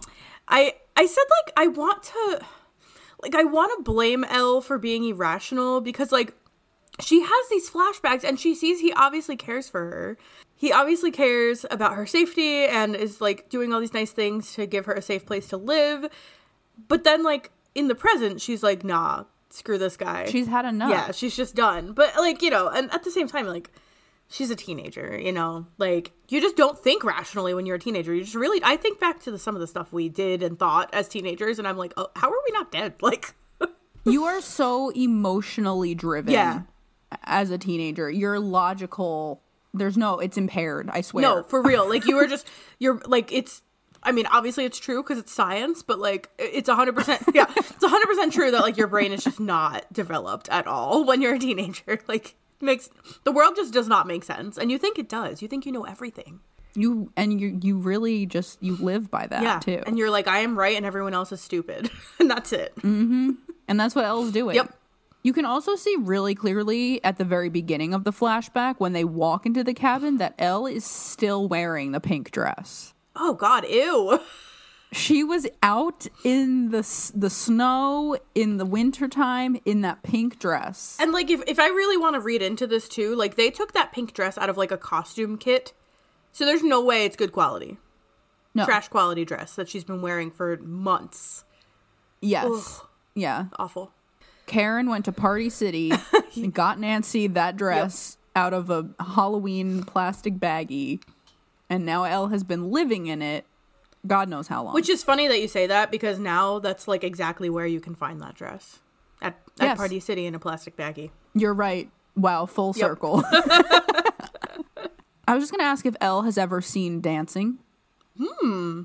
A: I I said like I want to like I want to blame Elle for being irrational because like she has these flashbacks and she sees he obviously cares for her. He obviously cares about her safety and is like doing all these nice things to give her a safe place to live. But then like in the present she's like nah, screw this guy.
B: she's had enough
A: yeah, she's just done. But like, you know, and at the same time like she's a teenager, you know. Like you just don't think rationally when you're a teenager. You just really I think back to the, some of the stuff we did and thought as teenagers and I'm like, "Oh, how are we not dead?" [LAUGHS] Like
B: you are so emotionally driven
A: Yeah.
B: as a teenager you're logical there's no it's impaired i swear
A: No, for real. Like you were just you're like it's I mean, obviously it's true because it's science, but like i- it's 100% yeah, [LAUGHS] it's 100% true that like your brain is just not developed at all when you're a [LAUGHS] teenager. Like makes the world just does not make sense and you think it does. You think you know everything.
B: you and you you really just you live by that
A: yeah.
B: too.
A: And you're like, I am right and everyone else is stupid. [LAUGHS] and that's it.
B: Mm. And that's what Elle's doing.
A: Yep.
B: You can also see really clearly at the very beginning of the flashback when they walk into the cabin that Elle is still wearing the pink dress.
A: Oh, God. Ew. [LAUGHS]
B: She was out in the s- the snow in the wintertime in that pink dress.
A: And like, if, if I really want to read into this too, like, they took that pink dress out of like a costume kit. So there's no way it's good quality.
B: No.
A: Trash quality dress that she's been wearing for months.
B: Yes. Yeah.
A: Awful.
B: Karen went to
A: [LAUGHS]
B: Party City and got Nancy that dress out of a Halloween plastic baggie. And now Elle has been living in it God knows how long.
A: Which is funny that you say that because now that's like exactly where you can find that dress at, at
B: Yes.
A: Party City in a plastic baggie.
B: You're right. Wow, full
A: [LAUGHS]
B: circle. I was just going to ask if Elle has ever seen dancing. Hmm.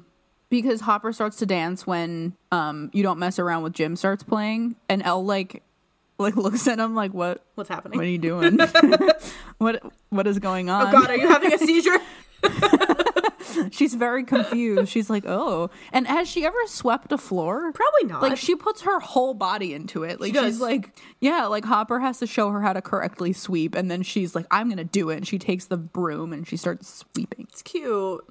B: Because Hopper starts to dance when um you don't mess around with Jim starts playing and Elle like like looks at him like what
A: What's happening?
B: what are you doing? [LAUGHS] what what is going on?
A: oh God, are you having a
B: [LAUGHS]
A: seizure?
B: She's very confused. She's like, "Oh." And has she ever swept a floor?
A: Probably not.
B: Like she puts her whole body into it. Like
A: She
B: she's
A: does.
B: like, yeah, like Hopper has to show her how to correctly sweep, and then she's like, I'm gonna do it. And she takes the broom and she starts sweeping.
A: it's cute.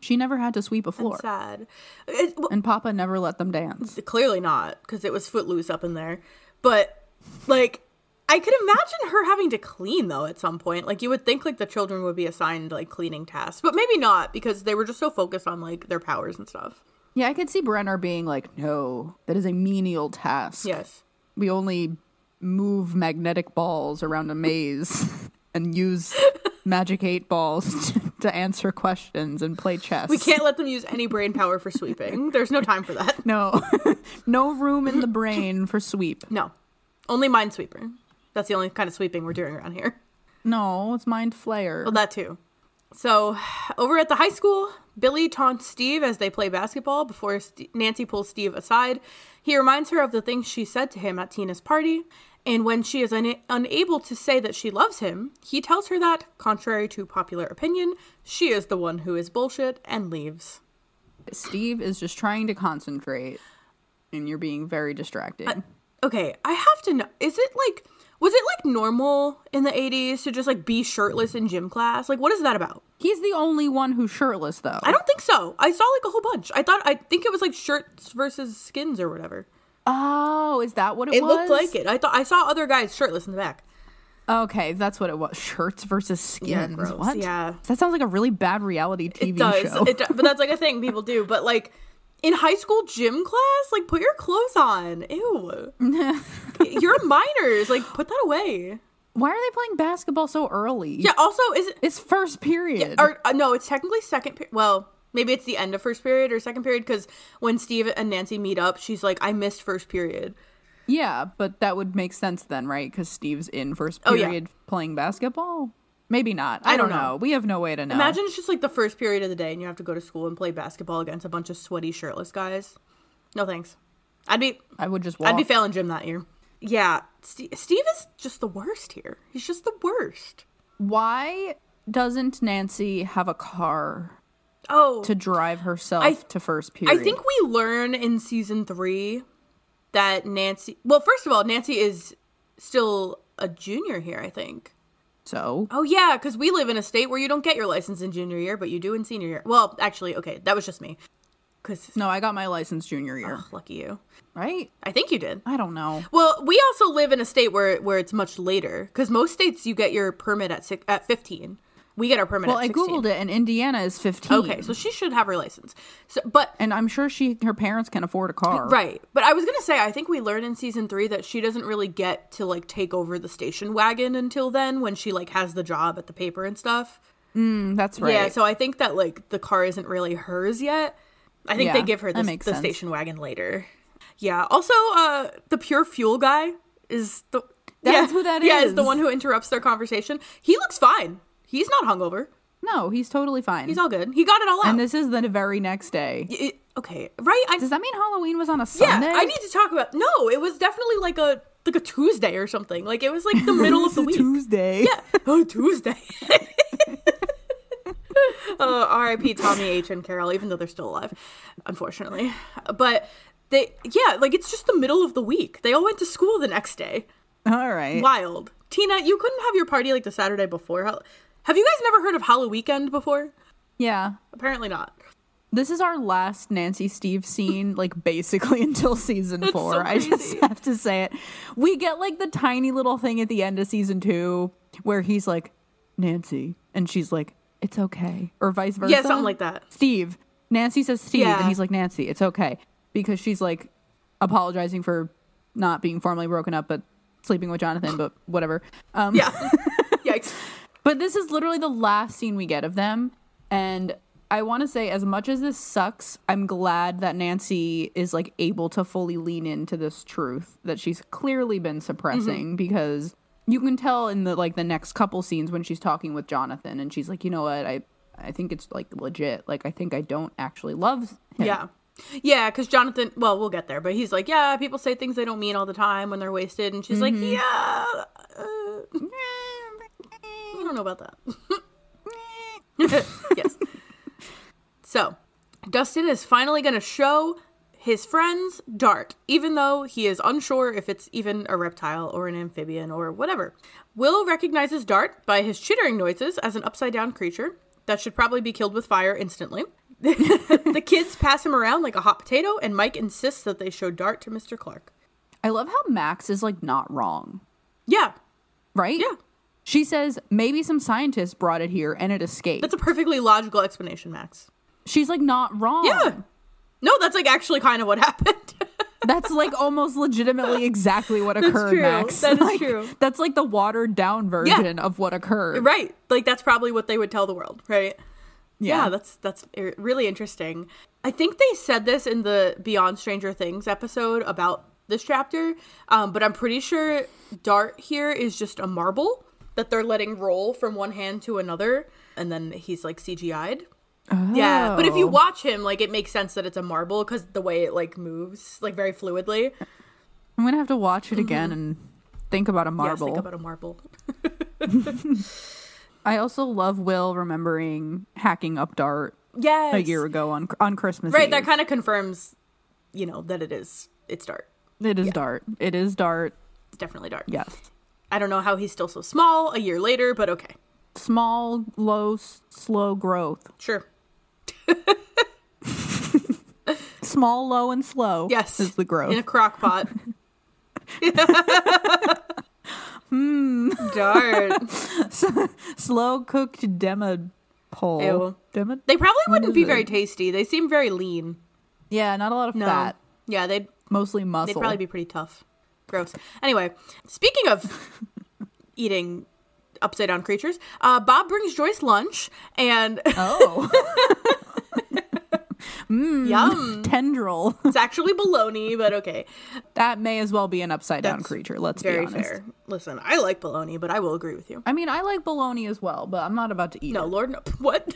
B: She never had to sweep a floor,
A: Sad. It, well,
B: and Papa never let them dance.
A: clearly not because it was footloose up in there. But like, I could imagine her having to clean though at some point. Like you would think like the children would be assigned like cleaning tasks, but maybe not because they were just so focused on like their powers and stuff.
B: Yeah, I could see Brenner being like, no, that is a menial task.
A: Yes.
B: we only move magnetic balls around a maze [LAUGHS] and use magic eight balls [LAUGHS] to answer questions and play chess.
A: We can't let them use any brain power for sweeping. There's no time for that.
B: No, [LAUGHS] no room in the brain for sweep.
A: No. Only Minesweeper. That's the only kind of sweeping we're doing around here.
B: No, it's mind flayer.
A: Well, that too. So, over at the high school, Billy taunts Steve as they play basketball before St- Nancy pulls Steve aside. He reminds her of the things she said to him at Tina's party, and when she is una- unable to say that she loves him, he tells her that, contrary to popular opinion, she is the one who is bullshit and leaves.
B: Steve is just trying to concentrate, and you're being very distracted.
A: Okay, I have to know. Is it like, was it like normal in the 80s to just like be shirtless in gym class? Like, what is that about?
B: He's the only one who's shirtless, though.
A: I don't think so. I saw like a whole bunch. I thought, I think it was like shirts versus skins or whatever.
B: Oh, is that what it,
A: It
B: was?
A: looked like it. I thought, I saw other guys shirtless in the back.
B: Okay, that's what it was. Shirts versus
A: Yeah,
B: skins.
A: gross.
B: What?
A: Yeah.
B: That sounds like a really bad reality TV
A: It does.
B: show.
A: It does. But that's like a thing people do. But like in high school gym class, like put your clothes on. Ew.
B: [LAUGHS]
A: You're minors. Like put that away.
B: Why are they playing basketball so early?
A: Yeah. Also, is it,
B: It's first period.
A: or uh, no, it's technically second period. Well, maybe it's the end of first period or second period because when Steve and Nancy meet up, she's like, I missed first period.
B: yeah, but that would make sense then, right? Because Steve's in first
A: Oh, yeah.
B: period playing basketball. Maybe not. I,
A: don't
B: don't know.
A: know.
B: We have no way to know.
A: Imagine it's just like the first period of the day and you have to go to school and play basketball against a bunch of sweaty, shirtless guys. No thanks. I'd be
B: I would just walk.
A: I'd be failing gym that year. Yeah, Ste Steve is just the worst here. He's just the worst.
B: Why doesn't Nancy have a car
A: Oh,
B: to drive herself to first
A: I
B: period?
A: think we learn in season three that Nancy. Well, first of all, Nancy is still a junior here. I think.
B: so.
A: Oh yeah, because we live in a state where you don't get your license in junior year, but you do in senior year. Well, actually, okay, that was just me. Because
B: No, I got my license junior year,
A: [LAUGHS] lucky you.
B: right?
A: I think you did.
B: I don't
A: [SIGHS]
B: know.
A: Well, we also live in a state where where it's much later. Because most states you get your permit at six, at fifteen. We get our permit.
B: Well,
A: at
B: I
A: 16.
B: googled it, and Indiana is fifteen.
A: Okay, so she should have her license. So, but
B: and I'm sure she her parents can afford a car.
A: right, but I was gonna say I think we learn in season three that she doesn't really get to like take over the station wagon until then when she like has the job at the paper and stuff.
B: Mm, That's right.
A: Yeah, so I think that like the car isn't really hers yet. I think
B: Yeah,
A: they give her the,
B: that makes
A: the
B: sense.
A: station wagon later. Yeah. Also, uh, the pure fuel guy is the yeah,
B: That's who that
A: Yeah, is the
B: is.
A: one who interrupts their conversation. He looks fine. He's not hungover.
B: no, he's totally fine.
A: He's all good. He got it all out.
B: and this is the very next day.
A: Y- it- okay, right? I
B: Does that mean Halloween was on a
A: Yeah,
B: Sunday?
A: I need to talk about. No, it was definitely like a like a Tuesday or something. Like it was
B: [LAUGHS]
A: like the middle of the week.
B: Tuesday.
A: Yeah, oh Tuesday. [LAUGHS] Uh, R.I.P. Tommy H. and Carol, even though they're still alive, unfortunately. But they, yeah, like it's just the middle of the week. They all went to school the next day.
B: [LAUGHS] All right.
A: Wild. Tina, you couldn't have your party like the Saturday before. How- Have you guys never heard of Hollow Weekend before?
B: Yeah.
A: Apparently not.
B: This is our last Nancy Steve scene, like basically [LAUGHS] until season four.
A: so
B: I just
A: crazy.
B: have to say it. We get like the tiny little thing at the end of season two where he's like, Nancy. And she's like, it's okay. Or vice versa.
A: Yeah, something like that.
B: Steve. Nancy says Steve, and
A: Yeah.
B: he's like, Nancy, it's okay. Because she's like apologizing for not being formally broken up, but sleeping with Jonathan, but whatever. Um,
A: Yeah. Yikes.
B: but this is literally the last scene we get of them. And I want to say, as much as this sucks, I'm glad that Nancy is like able to fully lean into this truth that she's clearly been
A: Mm-hmm.
B: suppressing because you can tell in the like the next couple scenes when she's talking with Jonathan and she's like, you know what, I I think it's like legit. Like I think I don't actually love him.
A: Yeah. Yeah, because Jonathan, well, we'll get there, but he's like, yeah, people say things they don't mean all the time when they're wasted. And she's like, yeah, uh, I don't know about that. [LAUGHS] yes. So, Dustin is finally going to show his friends Dart, even though he is unsure if it's even a reptile or an amphibian or whatever. Will recognizes Dart by his chittering noises as an upside down creature that should probably be killed with fire instantly. [LAUGHS] the kids pass him around like a hot potato, and Mike insists that they show Dart to Mr. Clark.
B: I love how Max is like not wrong.
A: Yeah,
B: Right?
A: Yeah.
B: She says maybe some scientist brought it here and it escaped.
A: that's a perfectly logical explanation, Max.
B: She's like not wrong.
A: Yeah. No, that's like actually kind of what [LAUGHS] happened.
B: That's like almost legitimately exactly what occurred,
A: true.
B: Max.
A: That is
B: [LAUGHS] Like,
A: true.
B: That's like the watered down version of what occurred.
A: right like that's probably what they would tell the world right
B: Yeah.
A: yeah that's that's i- really interesting i think they said this in the beyond stranger things episode about this chapter um, but i'm pretty sure dart here is just a marble that they're letting roll from one hand to another and then he's like cgi'd yeah but if you
B: Oh.
A: watch him like it makes sense that it's a marble because the way it like moves like very fluidly
B: I'm gonna have to watch it again and think about a
A: Mm-hmm. yes
B: marble.
A: think about a marble
B: I also love Will remembering hacking up Dart
A: yes
B: a year ago on on Christmas.
A: right
B: Eve.
A: that kind of confirms you know that it is it's dart
B: it is Dart. It is Dart.
A: It's definitely Dart.
B: Yes.
A: I don't know how he's still so small a year later, but okay.
B: Small, low, s- slow growth.
A: Sure.
B: Small, low, and slow.
A: Yes.
B: is the growth.
A: In a crock
B: [LAUGHS]
A: pot. hmm. Dart.
B: slow cooked demo pole.
A: Ew.
B: Demo-
A: They probably wouldn't be
B: Hmm.
A: very tasty. They seem very lean.
B: yeah, not a lot of
A: No.
B: fat.
A: Yeah, they'd
B: Mostly muscle.
A: they'd probably be pretty tough. Gross. Anyway, speaking
B: [LAUGHS]
A: of eating upside down creatures, uh, Bob brings Joyce lunch and [LAUGHS]
B: Oh. Hmm.
A: yum.
B: tendril. [LAUGHS]
A: It's actually bologna, but okay.
B: That may as well be an upside down
A: That's
B: creature, let's be
A: Very
B: honest.
A: fair. Listen, I like bologna, but I will agree with you.
B: I mean, I like bologna as well, but I'm not about to eat
A: No,
B: it.
A: Lord, no. [LAUGHS] what?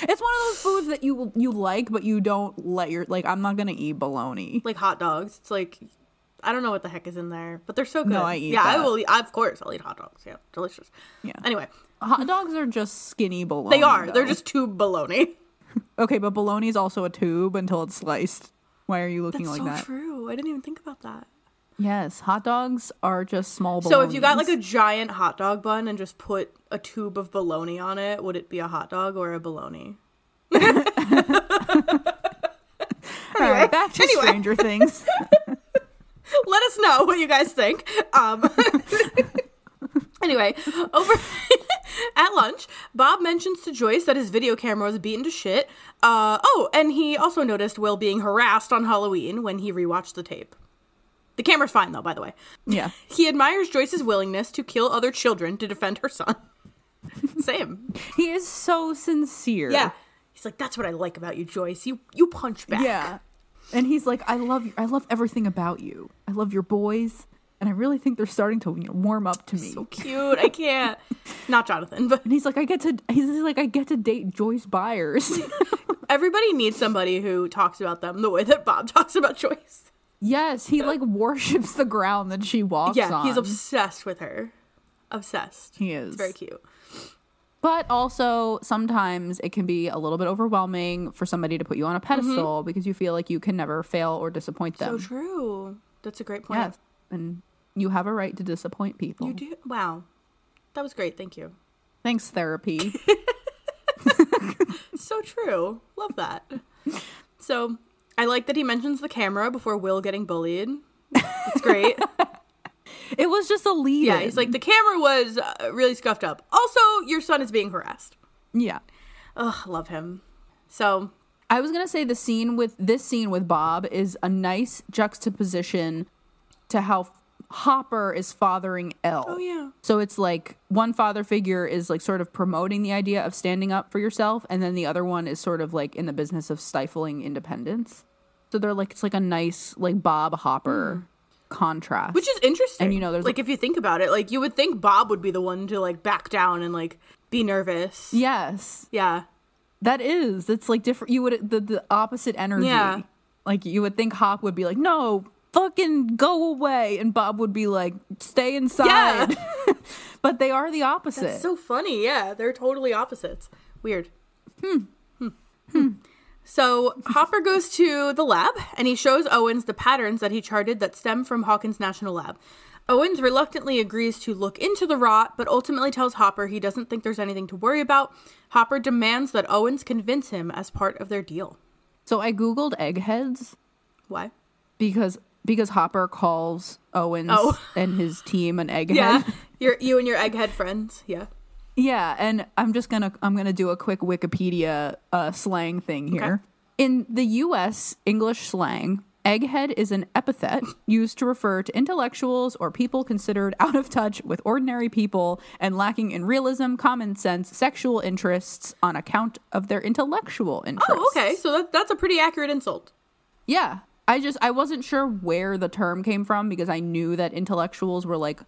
B: It's one of those foods that you you like, but you don't let your like. I'm not gonna eat bologna.
A: like hot dogs. It's like I don't know what the heck is in there, but they're so good.
B: I eat
A: yeah,
B: that.
A: I will. Eat, of course, I'll eat hot dogs. Yeah, delicious.
B: Yeah.
A: Anyway,
B: Hot dogs are just skinny bologna.
A: they are. They're
B: though.
A: just too bologna.
B: okay, but bologna is also a tube until it's sliced. Why are you
A: [LAUGHS]
B: looking
A: That's
B: like
A: so
B: that?
A: true. I didn't even think about that.
B: Yes, hot dogs are just small. Bolognas.
A: So if you got like a giant hot dog bun and just put a tube of bologna on it, would it be a hot dog or a bologna?
B: All right, back to
A: Anyway. [LAUGHS]
B: Stranger Things.
A: Let us know what you guys think. Um, [LAUGHS] anyway, over [LAUGHS] at lunch, Bob mentions to Joyce that his video camera was beaten to shit. Uh, oh, and he also noticed Will being harassed on Halloween when he rewatched the tape. The camera's fine, though, by the way.
B: yeah,
A: He admires Joyce's willingness to kill other children to defend her son. [LAUGHS] Same.
B: he is so sincere.
A: Yeah. He's like, that's what I like about you, Joyce. You you punch back.
B: Yeah. And he's like, I love you. I love everything about you. I love your boys. And I really think they're starting to you know, warm up to me.
A: So cute. I can't. Not Jonathan, but
B: and he's like, I get to, he's like, I get to date Joyce Byers. [LAUGHS]
A: Everybody needs somebody who talks about them the way that Bob [LAUGHS] talks about Joyce.
B: yes. He like worships the ground that she walks
A: Yeah,
B: on.
A: he's obsessed with her. Obsessed.
B: He is.
A: It's very cute.
B: But also, sometimes it can be a little bit overwhelming for somebody to put you on a pedestal because you feel like you can never fail or disappoint
A: So
B: them.
A: Oh, true. That's a great point.
B: yes. And you have a right to disappoint people.
A: You do. Wow. That was great. Thank you.
B: Thanks, [LAUGHS] therapy.
A: So true. Love that. So I like that he mentions the camera before Will getting bullied. It's great. [LAUGHS]
B: it was just a lead.
A: yeah, he's like, the camera was uh, really scuffed up. Also, your son is being harassed.
B: yeah.
A: Ugh, love him. So,
B: I was gonna say the scene with this scene with Bob is a nice juxtaposition to how Hopper is fathering L.
A: oh yeah.
B: So it's like one father figure is like sort of promoting the idea of standing up for yourself, and then the other one is sort of like in the business of stifling independence. So they're like it's like a nice like Bob Hopper contrast.
A: Hmm. Which is interesting.
B: And, you know, there's-
A: like if you think about it, like you would think Bob would be the one to like back down and like be nervous.
B: yes,
A: Yeah.
B: That is. That's like different. You would the, the opposite energy.
A: Yeah.
B: Like you would think Hop would be like, no, fucking go away, and Bob would be like, stay inside. [LAUGHS] but they are the opposite.
A: It's so funny. Yeah, they're totally opposites. Weird. Hmm. Hmm. So Hopper goes to the lab and he shows Owens the patterns that he charted that stem from Hawkins National Lab. Owens reluctantly agrees to look into the rot, but ultimately tells Hopper he doesn't think there's anything to worry about. Hopper demands that Owens convince him as part of their deal.
B: so I googled eggheads
A: Why?
B: because because Hopper calls Owens
A: Oh.
B: and his team an egghead.
A: [LAUGHS] Yeah, your you and your egghead friends. Yeah.
B: Yeah, and I'm just gonna I'm gonna do a quick Wikipedia uh, slang thing here. In the U.S. English slang, egghead is an epithet used to refer to intellectuals or people considered out of touch with ordinary people and lacking in realism, common sense, sexual interests on account of their intellectual interests.
A: Oh, okay. So that, that's a pretty accurate insult.
B: Yeah. I just I wasn't sure where the term came from because I knew that intellectuals were like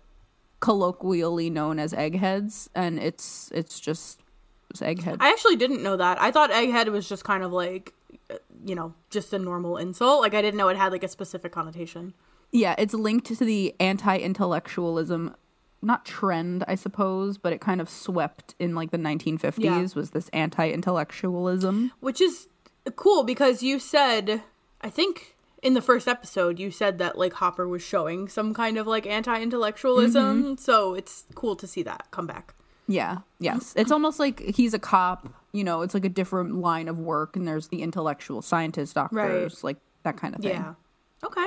B: colloquially known as eggheads and it's it's just it's egghead.
A: I actually didn't know that. I thought egghead was just kind of like, uh, you know, just a normal insult. Like I didn't know it had like a specific connotation.
B: yeah, it's linked to the anti-intellectualism not trend, I suppose, but it kind of swept in like the 1950s was this anti-intellectualism.
A: Which is cool because you said, I think in the first episode, you said that like Hopper was showing some kind of like anti intellectualism. So it's cool to see that come back.
B: Yeah. Yes. It's almost like he's a cop, you know, it's like a different line of work and there's the intellectual scientist doctors, like that kind of thing.
A: Yeah. Okay.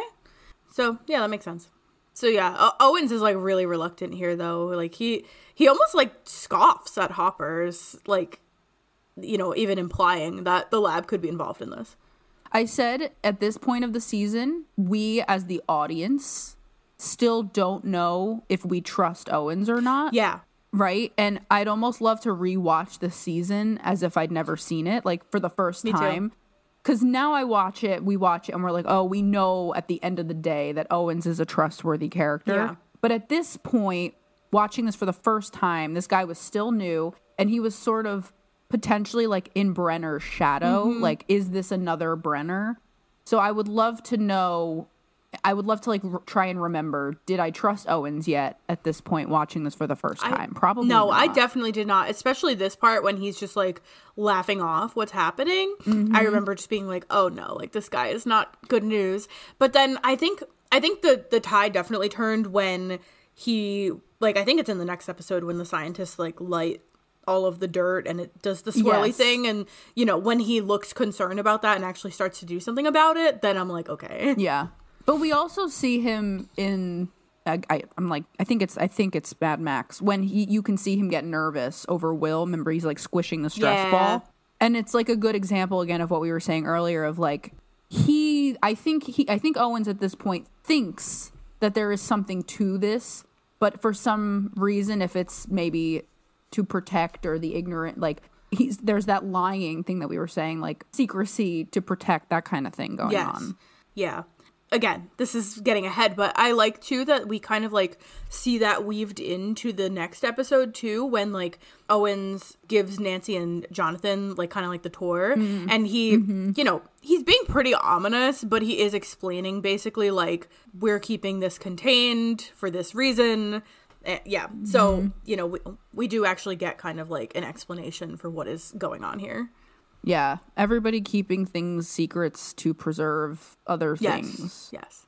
A: So yeah, that makes sense. So yeah, o- Owens is like really reluctant here though. Like he he almost like scoffs at Hopper's like you know even implying that the lab could be involved in this.
B: I said at this point of the season, we as the audience still don't know if we trust Owens or not.
A: Yeah.
B: Right. And I'd almost love to rewatch the season as if I'd never seen it, like for the first
A: too.
B: time. Because now I watch it, we watch it, and we're like, oh, we know at the end of the day that Owens is a trustworthy character.
A: Yeah.
B: But at this point, watching this for the first time, this guy was still new and he was sort of potentially like in Brenner's shadow.
A: Mm-hmm.
B: Like, is this another Brenner? So I would love to know. I would love to like r try and remember. Did I trust Owens yet at this point? Watching this for the first time, probably.
A: No, I
B: not.
A: definitely did not, especially this part when he's just like laughing off what's happening. I
B: Mm-hmm.
A: remember just being like, "Oh no, like this guy is not good news." But then I think I think the the tide definitely turned when he like I think it's in the next episode when the scientists like light all of the dirt and it does the swirly
B: Yes.
A: thing and you know when he looks concerned about that and actually starts to do something about it then i'm like okay
B: Yeah, but we also see him in. I, I, I'm like, I think it's, I think it's Mad Max when he, you can see him get nervous over Will. Remember, he's like squishing the stress
A: Yeah.
B: ball, and it's like a good example again of what we were saying earlier of like he. I think he, I think Owens at this point thinks that there is something to this, but for some reason, if it's maybe to protect or the ignorant, like he's there's that lying thing that we were saying, like secrecy to protect that kind of thing going on.
A: Yeah. Again, this is getting ahead, but I like too that we kind of like see that weaved into the next episode too when like Owens gives Nancy and Jonathan like kind of like the tour
B: Mm-hmm.
A: and he you know, he's being pretty ominous, but he is explaining basically like we're keeping this contained for this reason Eh, yeah. So,
B: Mm-hmm.
A: you know, we, we do actually get kind of like an explanation for what is going on here.
B: Yeah, everybody keeping things secrets to preserve other
A: Yes.
B: things.
A: Yes.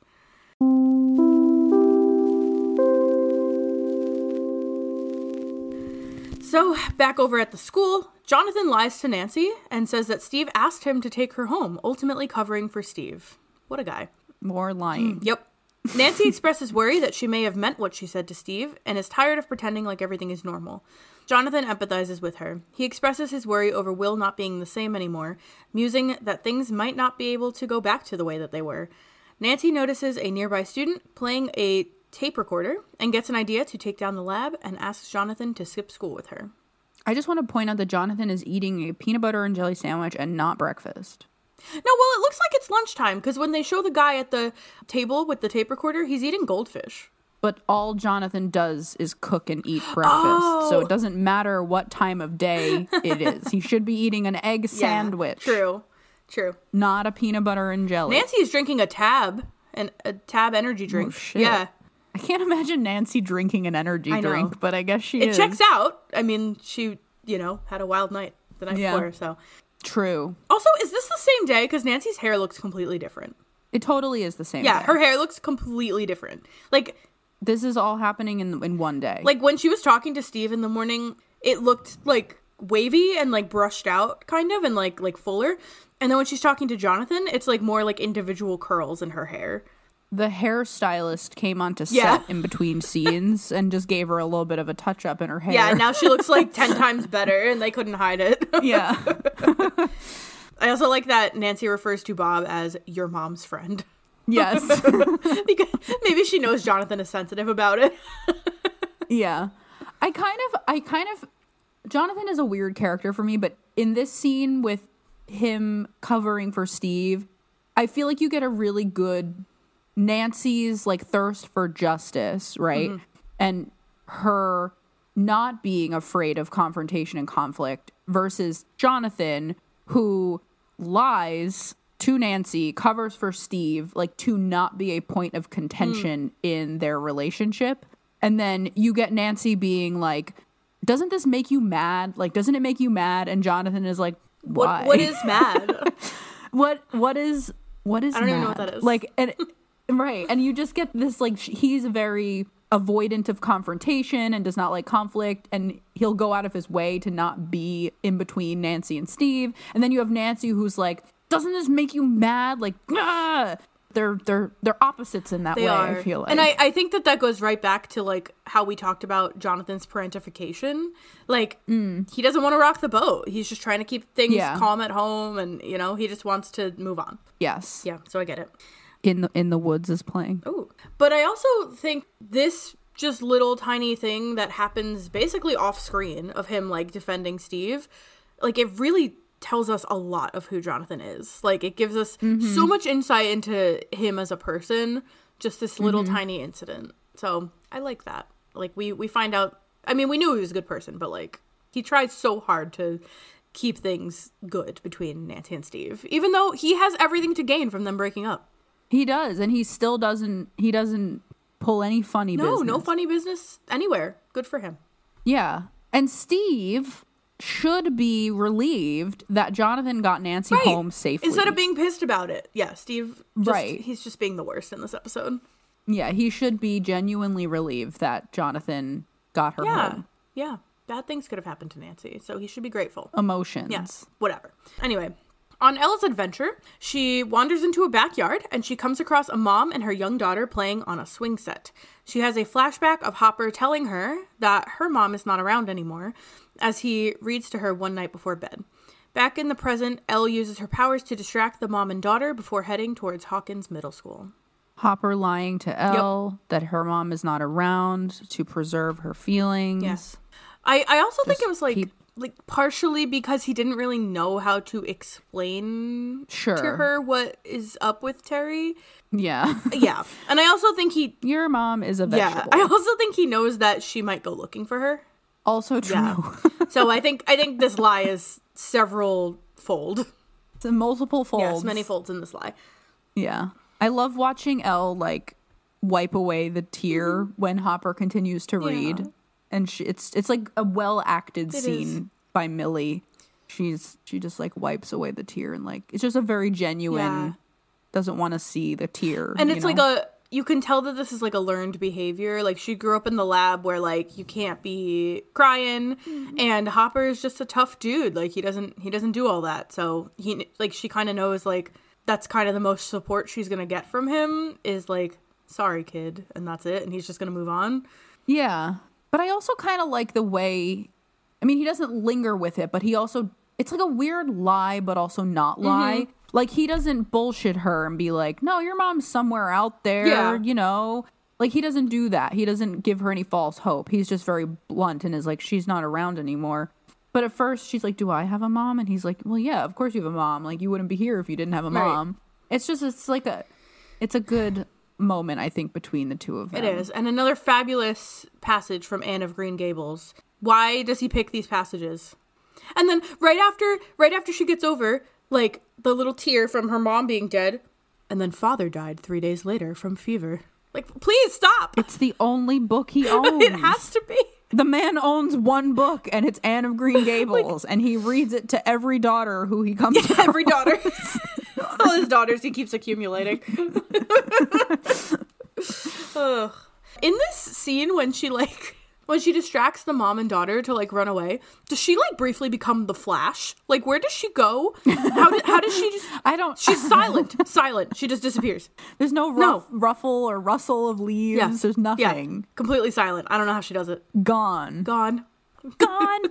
A: So, back over at the school, Jonathan lies to Nancy and says that Steve asked him to take her home, ultimately covering for Steve. What a guy.
B: More lying.
A: Yep. Nancy expresses worry that she may have meant what she said to Steve and is tired of pretending like everything is normal. Jonathan empathizes with her. He expresses his worry over Will not being the same anymore, musing that things might not be able to go back to the way that they were. Nancy notices a nearby student playing a tape recorder and gets an idea to take down the lab and asks Jonathan to skip school with her.
B: I just want to point out that Jonathan is eating a peanut butter and jelly sandwich and not breakfast.
A: No, well, it looks like it's lunchtime because when they show the guy at the table with the tape recorder, he's eating goldfish.
B: But all Jonathan does is cook and eat breakfast. So
A: Oh.
B: it doesn't matter what time
A: [LAUGHS]
B: of day it is. He should be eating an egg sandwich,
A: True. True.
B: not a peanut butter and jelly.
A: Nancy is drinking a tab and a tab energy drink.
B: Oh, shit.
A: Yeah.
B: I can't imagine Nancy drinking an energy
A: I know.
B: drink, but I guess she
A: It
B: is.
A: checks out. I mean, she, you know, had a wild night the night
B: Yeah.
A: before, so.
B: True.
A: Also, is this the same day cuz Nancy's hair looks completely different.
B: It totally is the same.
A: Yeah,
B: day.
A: her hair looks completely different. Like
B: this is all happening in in one day.
A: like when she was talking to Steve in the morning, it looked like wavy and like brushed out kind of and like like fuller. And then when she's talking to Jonathan, it's like more like individual curls in her hair.
B: the hairstylist came onto
A: Yeah.
B: set in
A: [LAUGHS]
B: between scenes and just gave her a little bit of a touch up in her hair.
A: Yeah, and now she looks like 10 times better and they couldn't hide it.
B: [LAUGHS] yeah.
A: I also like that Nancy refers to Bob as your mom's friend [LAUGHS]
B: Yes.
A: because maybe she knows Jonathan is sensitive about it. [LAUGHS]
B: yeah. I kind of I kind of Jonathan is a weird character for me, but in this scene with him covering for Steve, I feel like you get a really good Nancy's like thirst for justice, right?
A: Mm-hmm.
B: And her not being afraid of confrontation and conflict versus Jonathan who lies to Nancy, covers for Steve, like to not be a point of
A: Mm.
B: contention in their relationship. And then you get Nancy being like, doesn't this make you mad? Like, doesn't it make you mad? And Jonathan is like, why?
A: What, what is
B: [LAUGHS]
A: mad?
B: what what is what is I
A: don't even know what that is.
B: like
A: [LAUGHS]
B: and right and you just get this like sh- he's very avoidant of confrontation and does not like conflict and he'll go out of his way to not be in between Nancy and Steve and then you have Nancy who's like doesn't this make you mad like ah! they're they're they're opposites in that
A: They
B: way
A: are.
B: I feel like
A: And I, I think that that goes right back to like how we talked about Jonathan's parentification. Like he doesn't want to rock the boat. He's just trying to keep things
B: Yeah.
A: calm at home and you know, he just wants to move on.
B: yes
A: Yeah, so I get it.
B: in the in the woods is playing
A: Ooh. But I also think this just little tiny thing that happens basically off screen of him like defending Steve, like it really tells us a lot of who Jonathan is. Like it gives us so much insight into him as a person, just this little tiny incident. So I like that. Like we we find out I mean, we knew he was a good person, but like he tried so hard to keep things good between Nancy and Steve, even though he has everything to gain from them breaking up.
B: he does and he still doesn't he doesn't pull any funny
A: No,
B: business.
A: Oh, no funny business anywhere. Good for him.
B: Yeah. And Steve should be relieved that Jonathan got Nancy home safely.
A: Instead of being pissed about it. Yeah, Steve. Just,
B: Right.
A: He's just being the worst in this episode.
B: yeah, he should be genuinely relieved that Jonathan got her
A: Yeah.
B: home.
A: Yeah. Bad things could have happened to Nancy, so he should be grateful.
B: Emotions.
A: Yes. Whatever. Anyway, on Ella's adventure, she wanders into a backyard and she comes across a mom and her young daughter playing on a swing set. She has a flashback of Hopper telling her that her mom is not around anymore as he reads to her one night before bed. Back in the present, Elle uses her powers to distract the mom and daughter before heading towards Hawkins Middle School.
B: Hopper lying to Elle that her mom is not around to preserve her feelings.
A: Yes. I, I also think
B: Just
A: it was like
B: keep-
A: like partially because he didn't really know how to explain
B: Sure.
A: to her what is up with Terry.
B: Yeah. [LAUGHS]
A: Yeah. And I also think he
B: Your mom is a
A: yeah,
B: vegetable.
A: I also think he knows that she might go looking for her.
B: also true. [LAUGHS]
A: Yeah. so I think I think this lie is several fold.
B: it's a multiple folds.
A: Yes, many folds in this lie.
B: Yeah. I love watching Elle like wipe away the tear
A: Mm-hmm.
B: when Hopper continues to read, and she, it's it's like a well acted scene
A: is.
B: by Millie. She's she just like wipes away the tear and like it's just a very genuine.
A: Yeah.
B: Doesn't want to see the tear,
A: and
B: you
A: it's
B: know?
A: like a you can tell that this is like a learned behavior like she grew up in the lab where like you can't be crying
B: Mm-hmm.
A: and hopper is just a tough dude like he doesn't he doesn't do all that so he like she kind of knows like that's kind of the most support she's gonna get from him is like sorry kid and that's it and he's just gonna move on
B: Yeah. But I also kind of like the way I mean, he doesn't linger with it, but he also it's like a weird lie but also not
A: Mm-hmm.
B: lie. Like he doesn't bullshit her and be like, "No, your mom's somewhere out there,"
A: Yeah.
B: you know. Like he doesn't do that. He doesn't give her any false hope. He's just very blunt and is like, "She's not around anymore." But at first, she's like, "Do I have a mom?" And he's like, "Well, yeah, of course you have a mom. Like you wouldn't be here if you didn't have a
A: Right.
B: mom." It's just it's like a it's a good moment I think between the two of them.
A: It is. And another fabulous passage from Anne of Green Gables. Why does he pick these passages? And then right after right after she gets over, like the little tear from her mom being dead, and then father died 3 days later from fever. Like please stop. [LAUGHS]
B: It's the only book he owns.
A: It has to be.
B: the man owns one book, and it's Anne
A: [LAUGHS]
B: of Green Gables, and he reads it to every daughter who he comes
A: [LAUGHS]
B: to.
A: Every
B: [LAUGHS]
A: daughter. All his daughters he keeps accumulating. [LAUGHS] Ugh. In this scene when she like when she distracts the mom and daughter to like run away, does she like briefly become the Flash? Like where does she go? How did, how does she just
B: I don't.
A: She's silent. silent. She just disappears.
B: there's no, ruff, ruffle or rustle of leaves.
A: Yeah.
B: There's nothing.
A: Yeah. Completely silent. I don't know how she does it.
B: Gone.
A: Gone.
B: Gone.
A: [LAUGHS]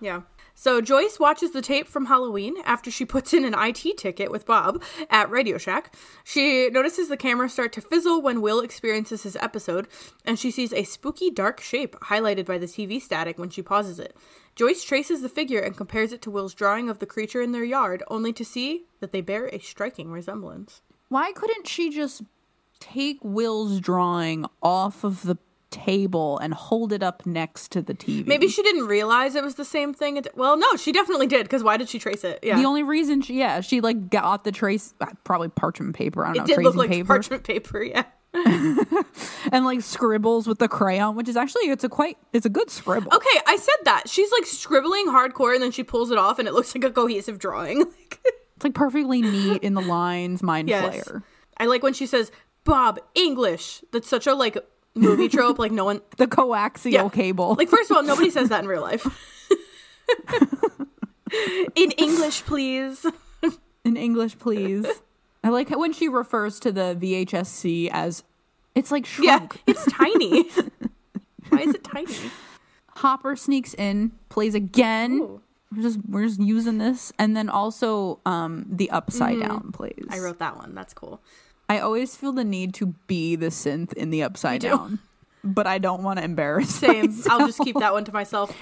A: Yeah. So Joyce watches the tape from Halloween after she puts in an IT ticket with Bob at Radio Shack. She notices the camera start to fizzle when Will experiences his episode, and she sees a spooky dark shape highlighted by the TV static when she pauses it. Joyce traces the figure and compares it to Will's drawing of the creature in their yard, only to see that they bear a striking resemblance.
B: Why couldn't she just take Will's drawing off of the table and hold it up next to the TV?
A: Maybe she didn't realize it was the same thing. It- Well, no, she definitely did, because why did she trace it? Yeah.
B: The only reason she, yeah, she like got the trace, uh, probably parchment paper. I don't know,
A: it did
B: tracing
A: look like
B: paper.
A: parchment paper, [LAUGHS] yeah.
B: and like scribbles with the crayon, which is actually it's a quite it's a good scribble.
A: Okay, I said that. She's like scribbling hardcore and then she pulls it off and it looks like a cohesive drawing. [LAUGHS] Like,
B: It's like perfectly neat in the lines, mind
A: yes.
B: flayer.
A: I like when she says, Bob, English. That's such a like movie trope. Like, no one.
B: The coaxial
A: Yeah.
B: cable.
A: Like, first of all, nobody says that in real life. in English, please.
B: in English, please. I like how when she refers to the VHSC as it's like
A: Yeah,
B: shrunk.
A: it's tiny. Why is it tiny?
B: Hopper sneaks in, plays again.
A: Ooh.
B: We're just we're just using this, and then also um the upside down plays.
A: Mm-hmm. I wrote that one. That's cool.
B: I always feel the need to be the synth in the upside down, but I don't want to embarrass. [LAUGHS]
A: Same.
B: myself.
A: I'll just keep that one to myself.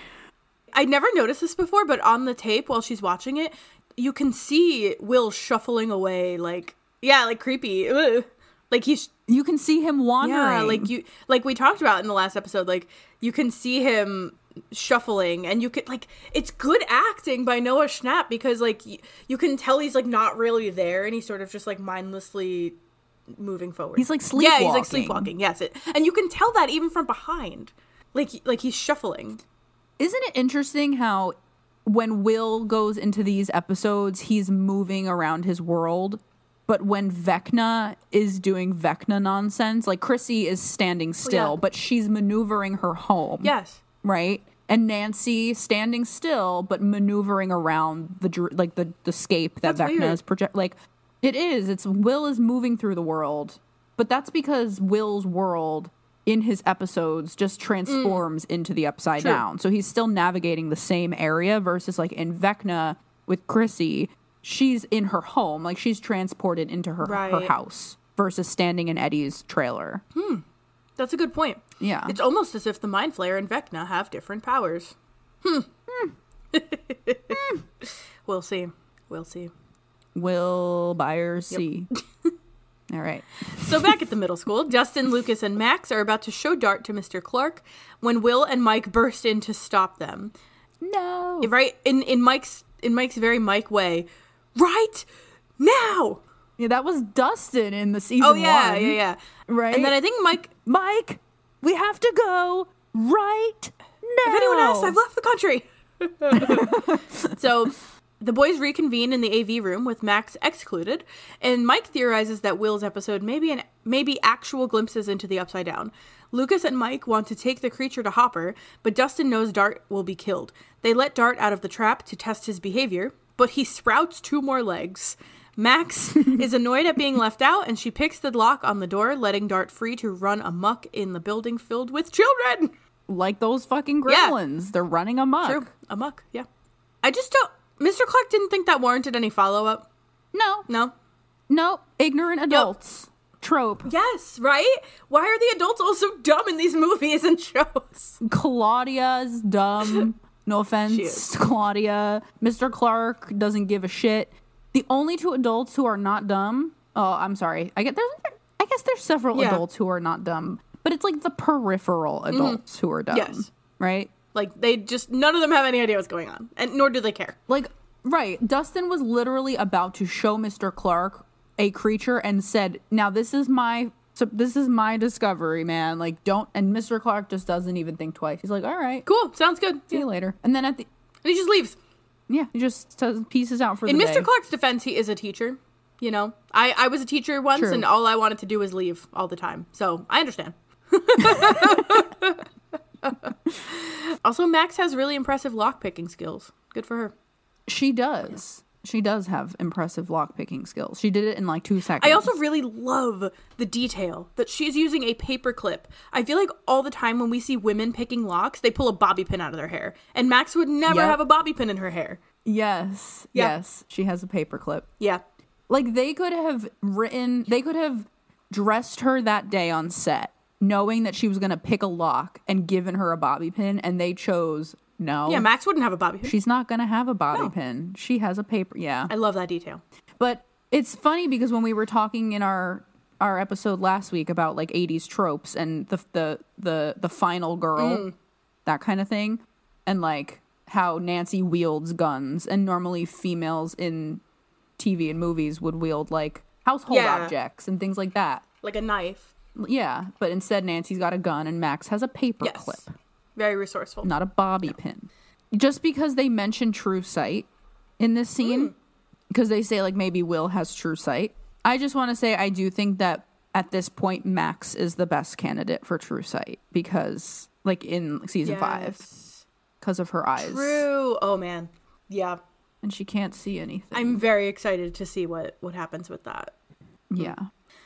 A: I never noticed this before, but on the tape while she's watching it, you can see Will shuffling away, like yeah, like creepy, Ugh. like he's
B: You can see him wandering.
A: yeah, like you, like we talked about in the last episode, like you can see him shuffling, and you could like it's good acting by Noah Schnapp because like y- you can tell he's like not really there, and he's sort of just like mindlessly moving forward.
B: He's, like,
A: yeah, he's like
B: sleepwalking.
A: sleepwalking. Yes, it, and you can tell that even from behind, like like he's shuffling.
B: Isn't it interesting how when Will goes into these episodes, he's moving around his world, but when Vecna is doing Vecna nonsense, like Chrissy is
A: Oh,
B: standing still, but she's maneuvering her home,
A: Yes.
B: right? And Nancy standing still but maneuvering around the dr- like the the scape that
A: That's
B: Vecna
A: weird.
B: is project like it is it's Will is moving through the world, but that's because Will's world in his episodes just transforms into the upside
A: Mm. True.
B: down. So he's still navigating the same area versus like in Vecna with Chrissy, she's in her home, like she's transported into her her
A: Right. Hmm.
B: house versus standing in Eddie's trailer.
A: That's a good point.
B: Yeah.
A: It's almost as if the Mind Flayer and Vecna have different powers. Hmm. [LAUGHS] we'll see. We'll see.
B: Will Byers
A: [LAUGHS]
B: see. All right.
A: So back at the middle school, Justin, Lucas, and Max are about to show Dart to Mr. Clark when Will and Mike burst in to stop them.
B: No.
A: Right in in Mike's in Mike's very Mike way, right now.
B: Yeah, that was Dustin in the season
A: Oh yeah,
B: one,
A: yeah, yeah.
B: Right?
A: And then I think Mike.
B: Mike, we have to go right now.
A: If anyone asks, I've left the country. [LAUGHS] so the boys reconvene in the AV room with Max excluded, and Mike theorizes that Will's episode may be an maybe actual glimpses into the upside down. Lucas and Mike want to take the creature to Hopper, but Dustin knows Dart will be killed. They let Dart out of the trap to test his behavior, but he sprouts two more legs. Max [LAUGHS] is annoyed at being left out, and she picks the lock on the door, letting Dart free to run amuck in the building filled with children.
B: like those fucking
A: Yeah.
B: gremlins. They're running amok.
A: True. A muck, yeah. I just don't. Mr. Clark didn't think that warranted any follow up.
B: No,
A: No.
B: no, ignorant adults. Trope.
A: Yes, right? Why are the adults all so dumb in these movies and shows?
B: Claudia's
A: [LAUGHS]
B: dumb. No
A: is.
B: offense, Claudia. Mr. Clark doesn't give a shit. The only two adults who are not dumb. Oh, I'm sorry. I get there's. I guess there's several
A: Yeah. Mm-hmm.
B: adults who are not dumb, but it's like the peripheral adults who are dumb.
A: Yes.
B: Right.
A: Like, they just. None of them have any idea what's going on, and nor do they care.
B: Like, right. Dustin was literally about to show Mr. Clark a creature and said, "Now this is my so this is my discovery, man. Like, don't." And Mr. Clark just doesn't even think twice. He's like, "All right,
A: Cool, sounds good.
B: see
A: Yeah.
B: you later." And then at the
A: And he just leaves.
B: yeah, he just does- pieces out for
A: In
B: the
A: Mr.
B: day.
A: Clark's defense, he is a teacher. You know, I, I was a teacher once,
B: True.
A: and all I wanted to do was leave all the time. So I understand. [LAUGHS] also, Max has really impressive lock picking skills. Good for her.
B: She does. She does have impressive lockpicking skills. She did it in like two seconds.
A: I also really love the detail that she's using a paper clip. I feel like all the time when we see women picking locks, they pull a bobby pin out of their hair. And Max would never
B: Yep.
A: have a bobby pin in her hair.
B: yes,
A: Yeah.
B: yes, she has a paperclip.
A: Yeah.
B: Like they could have written, they could have dressed her that day on set, knowing that she was going to pick a lock and given her a bobby pin, and they chose no.
A: Yeah, Max wouldn't have a bobby pin.
B: she's not going to have a bobby
A: No.
B: pin. She has a paper. Yeah,
A: I love that detail.
B: But it's funny because when we were talking in our our episode last week about like 80s tropes and the the the the final girl,
A: Mm.
B: that kind of thing, and like how Nancy wields guns and normally females in TV and movies would wield like household
A: Yeah.
B: objects and things like that.
A: Like a knife.
B: Yeah, but instead Nancy's got a gun and Max has a paper
A: Yes.
B: clip
A: Very resourceful.
B: not a bobby pin. Just because they mention true sight in this
A: Hmm.
B: scene, because they say like maybe Will has true sight. I just want to say I do think that at this point Max is the best candidate for true sight because like in season five
A: Yes.
B: because of her eyes
A: True. Oh, man. Yeah.
B: and she can't see anything.
A: I'm very excited to see what, what happens with that.
B: Yeah.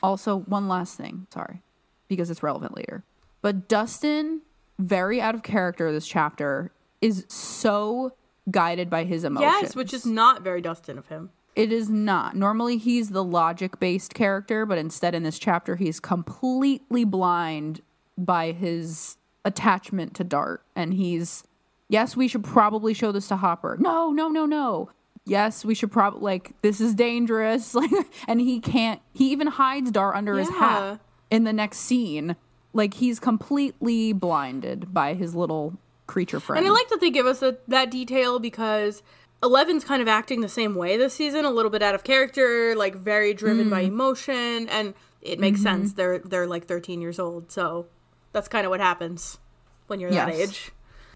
B: Also, one last thing, sorry, because it's relevant later. But Dustin, very out of character this chapter, is so guided by his emotions.
A: Yes, which is not very Dustin of him.
B: It is not. Normally, he's the logic based character, but instead, in this chapter, he's completely blind by his attachment to Dart. And he's, yes, we should probably show this to Hopper. No, no, no, no. Yes, we should probably, like, this is dangerous. [LAUGHS] Like, and he can't, he even hides Dart under his
A: Yeah.
B: hat in the next scene. Like, he's completely blinded by his little creature friend.
A: And I like that they give us that that detail because Eleven's kind of acting the same way this season, a little bit out of character, like very driven
B: Hmm.
A: by emotion, and it makes
B: Mm-hmm.
A: sense. They're they're like 13 years old, so that's kind of what happens when you're that
B: Yes.
A: age.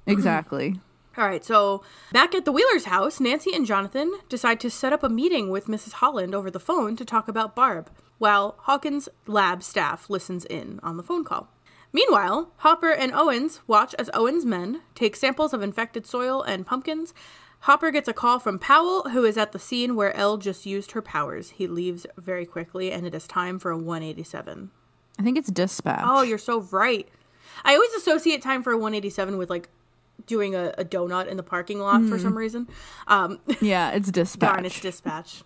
B: exactly.
A: All right, so back at the Wheeler's house, Nancy and Jonathan decide to set up a meeting with Mrs. Holland over the phone to talk about Barb, while Hawkins' lab staff listens in on the phone call. Meanwhile, Hopper and Owens watch as Owens' men take samples of infected soil and pumpkins. Hopper gets a call from Powell, who is at the scene where Elle just used her powers. He leaves very quickly, and it is time for a 187.
B: I think it's dispatch.
A: Oh, you're so right. I always associate time for a 187 with like doing a, a donut in the parking lot for
B: Hmm.
A: some reason. Um, [LAUGHS]
B: yeah, it's dispatch.
A: darn, it's dispatch.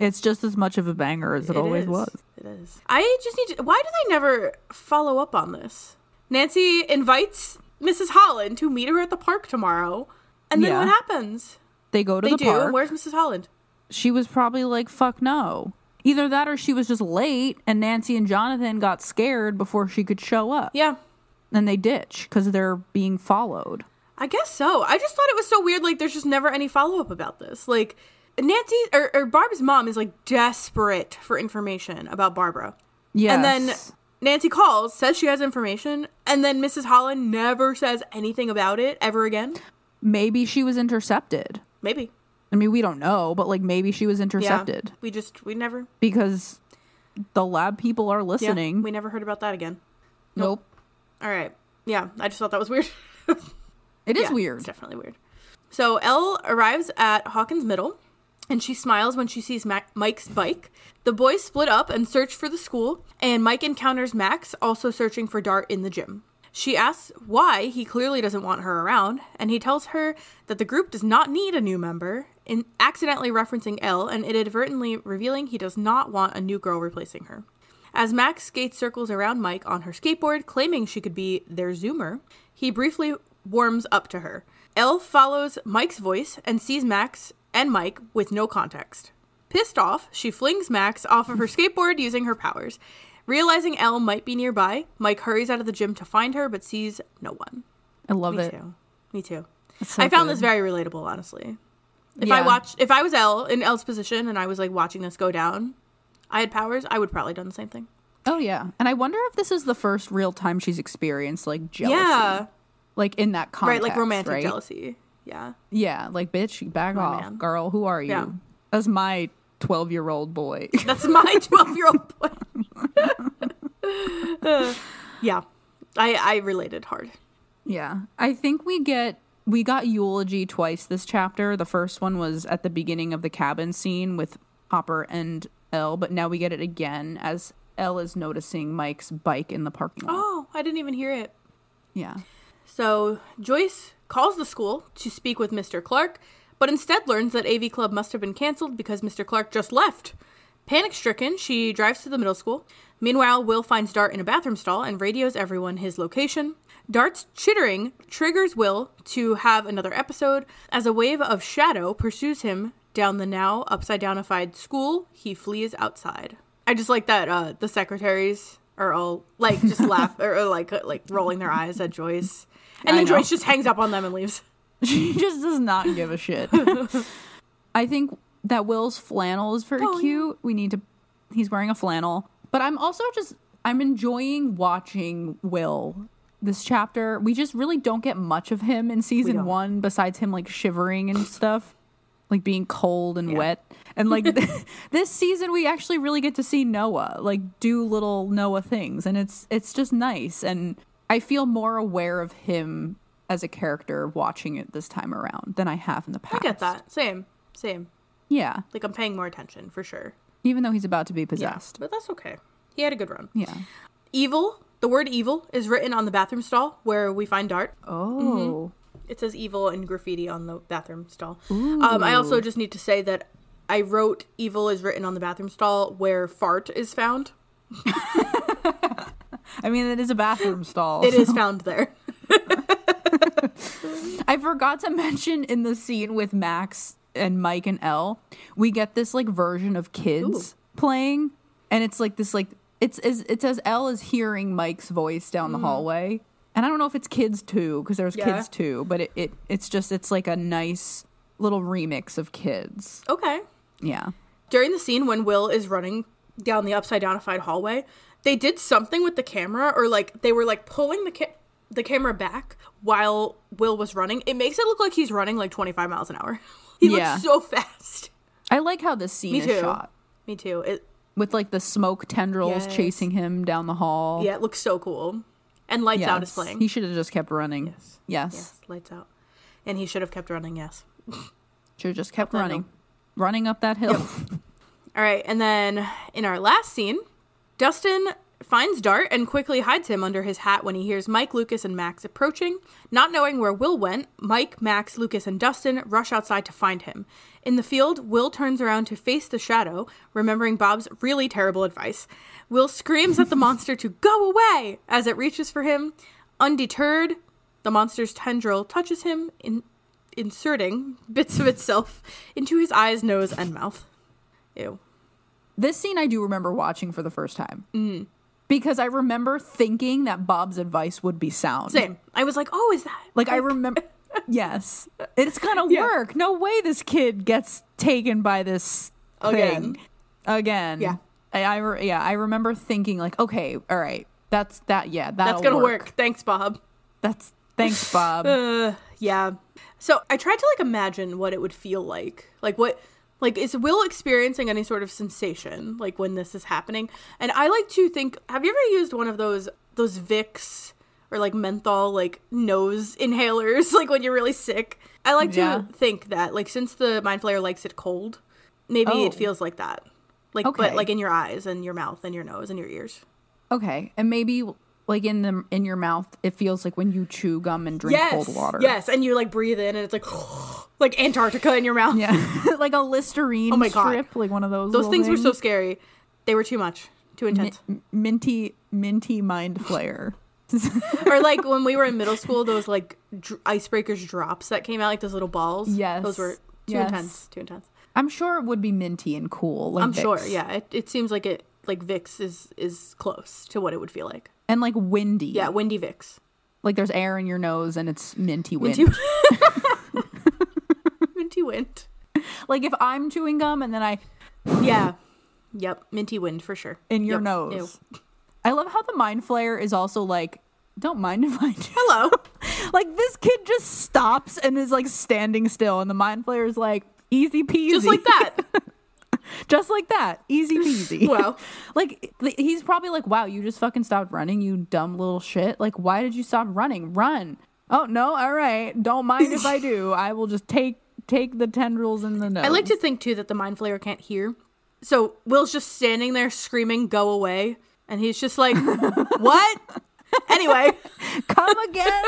B: It's just as much of a banger as it, always
A: is.
B: was.
A: It is. I just need to. Why do they never follow up on this? Nancy invites Mrs. Holland to meet her at the park tomorrow, and then
B: Yeah.
A: what happens?
B: They go to
A: They
B: the
A: do.
B: park.
A: and Where's Mrs. Holland?
B: she was probably like, "Fuck no." Either that, or she was just late, and Nancy and Jonathan got scared before she could show up,
A: Yeah,
B: and they ditch because they're being followed.
A: I guess so. I just thought it was so weird. Like, there's just never any follow up about this. Like, Nancy or, or Barb's mom is like desperate for information about Barbara.
B: Yes.
A: And then Nancy calls, says she has information, and then Mrs. Holland never says anything about it ever again.
B: maybe she was intercepted.
A: Maybe.
B: I mean, we don't know, but like maybe she was intercepted
A: We just we never
B: because the lab people are
A: yeah,
B: listening.
A: we never heard about that again.
B: nope.
A: All right. Yeah, I just thought that was weird. [LAUGHS]
B: It is
A: Yeah,
B: weird.
A: It's definitely weird. So Elle arrives at Hawkins Middle, and she smiles when she sees Mac- Mike's bike. The boys split up and search for the school, and Mike encounters Max also searching for Dart in the gym. She asks why he clearly doesn't want her around, and he tells her that the group does not need a new member, in accidentally referencing Elle and inadvertently revealing he does not want a new girl replacing her. As Max skates circles around Mike on her skateboard, claiming she could be their Zoomer, he briefly warms up to her. Elle follows Mike's voice and sees Max and Mike with no context. Pissed off, she flings Max off
B: [LAUGHS]
A: of her skateboard using her powers. Realizing Elle might be nearby, Mike hurries out of the gym to find her but sees no one.
B: I love
A: Me
B: it.
A: too. Me too.
B: so
A: I found
B: Uh, good.
A: this very relatable, honestly. If I
B: Yeah.
A: watched, if I was Elle in Elle's position and I was like watching this go down, I had powers, I would probably done the same thing.
B: Oh yeah. And I wonder if this is the first real time she's experienced like jealousy.
A: Yeah.
B: Like in that context.
A: right like romantic
B: right?
A: jealousy yeah
B: Yeah. Like bitch, back off.
A: man.
B: Girl, who are you?
A: Yeah.
B: That's my twelve year old boy. [LAUGHS]
A: that's my [LAUGHS] 12 year old boy Uh, [LAUGHS] yeah i i related hard
B: Yeah. I think we get we got eulogy twice this chapter. The first one was at the beginning of the cabin scene with Hopper and Elle, but now we get it again as Elle is noticing Mike's bike in the parking lot.
A: oh i didn't even hear it
B: Yeah.
A: so joyce calls the school to speak with mr clark but instead learns that av club must have been canceled because mr clark just left panic stricken she drives to the middle school meanwhile will finds dart in a bathroom stall and radios everyone his location dart's chittering triggers will to have another episode as a wave of shadow pursues him down the now upside downified school he flees outside i just like that uh the secretaries are all like
B: [LAUGHS]
A: just laugh or, or, like uh, like rolling their eyes at joyce and
B: I
A: then
B: know.
A: joyce just hangs up on them and leaves
B: [LAUGHS] She just does not give a
A: [LAUGHS]
B: shit. I think that Will's flannel is very
A: Oh, yeah.
B: cute. We need to he's wearing a flannel. But I'm also just I'm enjoying watching Will this chapter. We just really don't get much of him in season
A: don't.
B: 1 besides him like shivering and stuff, like being cold and wet. And like
A: [LAUGHS]
B: this season we actually really get to see Noah like do little Noah things and it's it's just nice and I feel more aware of him as a character watching it this time around than I have in the
A: i
B: past.
A: get that same same
B: Yeah.
A: like i'm paying more attention for sure
B: Even though he's about to be possessed.
A: but that's okay he had a good run
B: Yeah.
A: evil the word evil is written on the bathroom stall where we find dart
B: Oh.
A: it says evil in graffiti on the bathroom stall um, i also just need to say that i wrote evil is written on the bathroom stall where fart is found
B: I mean, it is a bathroom stall.
A: it
B: [LAUGHS]
A: is found there
B: I forgot to [LAUGHS] mention in the scene with Max and Mike and Elle, we get this like version of kids playing, and it's like this like it's is it's as Elle is hearing Mike's voice down the hallway, and I don't know if it's kids too because there's
A: Mm. Yeah.
B: kids too, but it, it it's just it's like a nice little remix of kids.
A: okay
B: Yeah.
A: during the scene when will is running down the upside downified hallway they did something with the camera or like they were like pulling the ca- the camera back while will was running it makes it look like he's running like 25 miles an hour [LAUGHS] he
B: Yeah.
A: looks so fast
B: I like how this scene
A: me
B: is
A: too
B: shot
A: me too it
B: with like the smoke tendrils
A: Yes.
B: chasing him down the hall.
A: yeah it looks so cool and lights out is
B: Yes.
A: playing
B: He should have just kept running. Yes.
A: Yes, lights out. And he should have kept running, yes.
B: Should have just kept
A: that
B: running.
A: hill.
B: Running up that hill.
A: All right, and then in our last scene, Dustin finds Dart and quickly hides him under his hat when he hears Mike, Lucas, and Max approaching. Not knowing where Will went, Mike, Max, Lucas, and Dustin rush outside to find him. In the field, Will turns around to face the shadow, remembering Bob's really terrible advice. Will screams at the monster to go away as it reaches for him. Undeterred, the monster's tendril touches him, in- inserting bits of itself into his eyes, nose, and mouth. Ew.
B: This scene I do remember watching for the first time.
A: Mm.
B: Because I remember thinking that Bob's advice would be sound.
A: Same. I was like, oh, is that [LAUGHS]
B: Like I remember yes. It's gonna
A: Yeah.
B: work. No way this kid gets taken by this
A: Again.
B: thing. Again.
A: Yeah.
B: I, I re- yeah, I remember thinking like, okay, all right. That's that yeah, that'll
A: That's gonna work. Thanks, Bob.
B: That's
A: [LAUGHS]
B: thanks, Bob.
A: Uh, yeah. So I tried to like imagine what it would feel like. Like what like is Will experiencing any sort of sensation like when this is happening? And I like to think have you ever used one of those those Vicks or like menthol like nose [LAUGHS] inhalers like when you're really sick? I like
B: Yeah.
A: to think that like since the mind flayer likes it cold, maybe
B: Oh.
A: it feels like that. Like
B: Okay.
A: but like in your eyes and your mouth and your nose and your ears.
B: Okay. And maybe like in the in your mouth, it feels like when you chew gum and drink cold water.
A: Yes, and you like breathe in and it's like [GASPS] like Antarctica in your mouth.
B: Yeah. [LAUGHS] like a Listerine
A: Oh my God.
B: strip, like one of those.
A: Those
B: little
A: things were so
B: things.
A: scary. They were too much, too
B: [LAUGHS]
A: intense.
B: Mi- minty minty mind flayer.
A: or like when we were in middle school, those like dr- icebreakers drops that came out, like those little balls.
B: Yes.
A: those were too
B: Yes.
A: intense. Too intense.
B: [LAUGHS] I'm sure it would be minty and cool. Like
A: I'm sure.
B: Vicks.
A: Yeah, it, it seems like it like Vicks is is close to what it would feel like.
B: And like windy.
A: Yeah, windy Vicks.
B: Like there's air in your nose and it's minty wind. [LAUGHS]
A: Minty, minty wind.
B: like if I'm chewing gum and then I
A: Yeah. Yep. Minty wind for sure.
B: in your
A: Yep.
B: nose.
A: Ew.
B: I love how the mind flayer is also like, don't mind if I do.
A: Hello.
B: [LAUGHS] like this kid just stops and is like standing still, and the mind flayer is like, easy peasy,
A: Just
B: [LAUGHS]
A: like that.
B: just like that, easy
A: [LAUGHS]
B: peasy.
A: Wow.
B: [LAUGHS] like th- he's probably like, wow, you just fucking stopped running, you dumb little shit. Like, why did you stop running? Run. Oh no, all right, don't mind if I
A: [LAUGHS]
B: do. I will just take take the tendrils in the nose.
A: I like to think too that the mind flayer can't hear. So Will's just standing there screaming, "Go away!" and he's just like, "What?" anyway,
B: come [LAUGHS] again.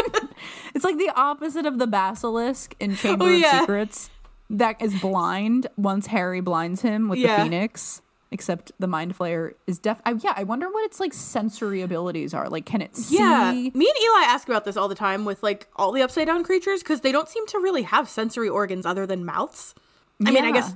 B: it's like the opposite of the basilisk in Chamber
A: Oh, yeah.
B: of Secrets that is blind once Harry blinds him with
A: Yeah.
B: the phoenix. Except the mind flayer is deaf. I, yeah, I wonder what its like sensory abilities are. Like, can it see?
A: yeah. [LAUGHS] Me and Eli ask about this all the time with like all the upside down creatures because they don't seem to really have sensory organs other than mouths. I mean, I
B: Yeah.
A: guess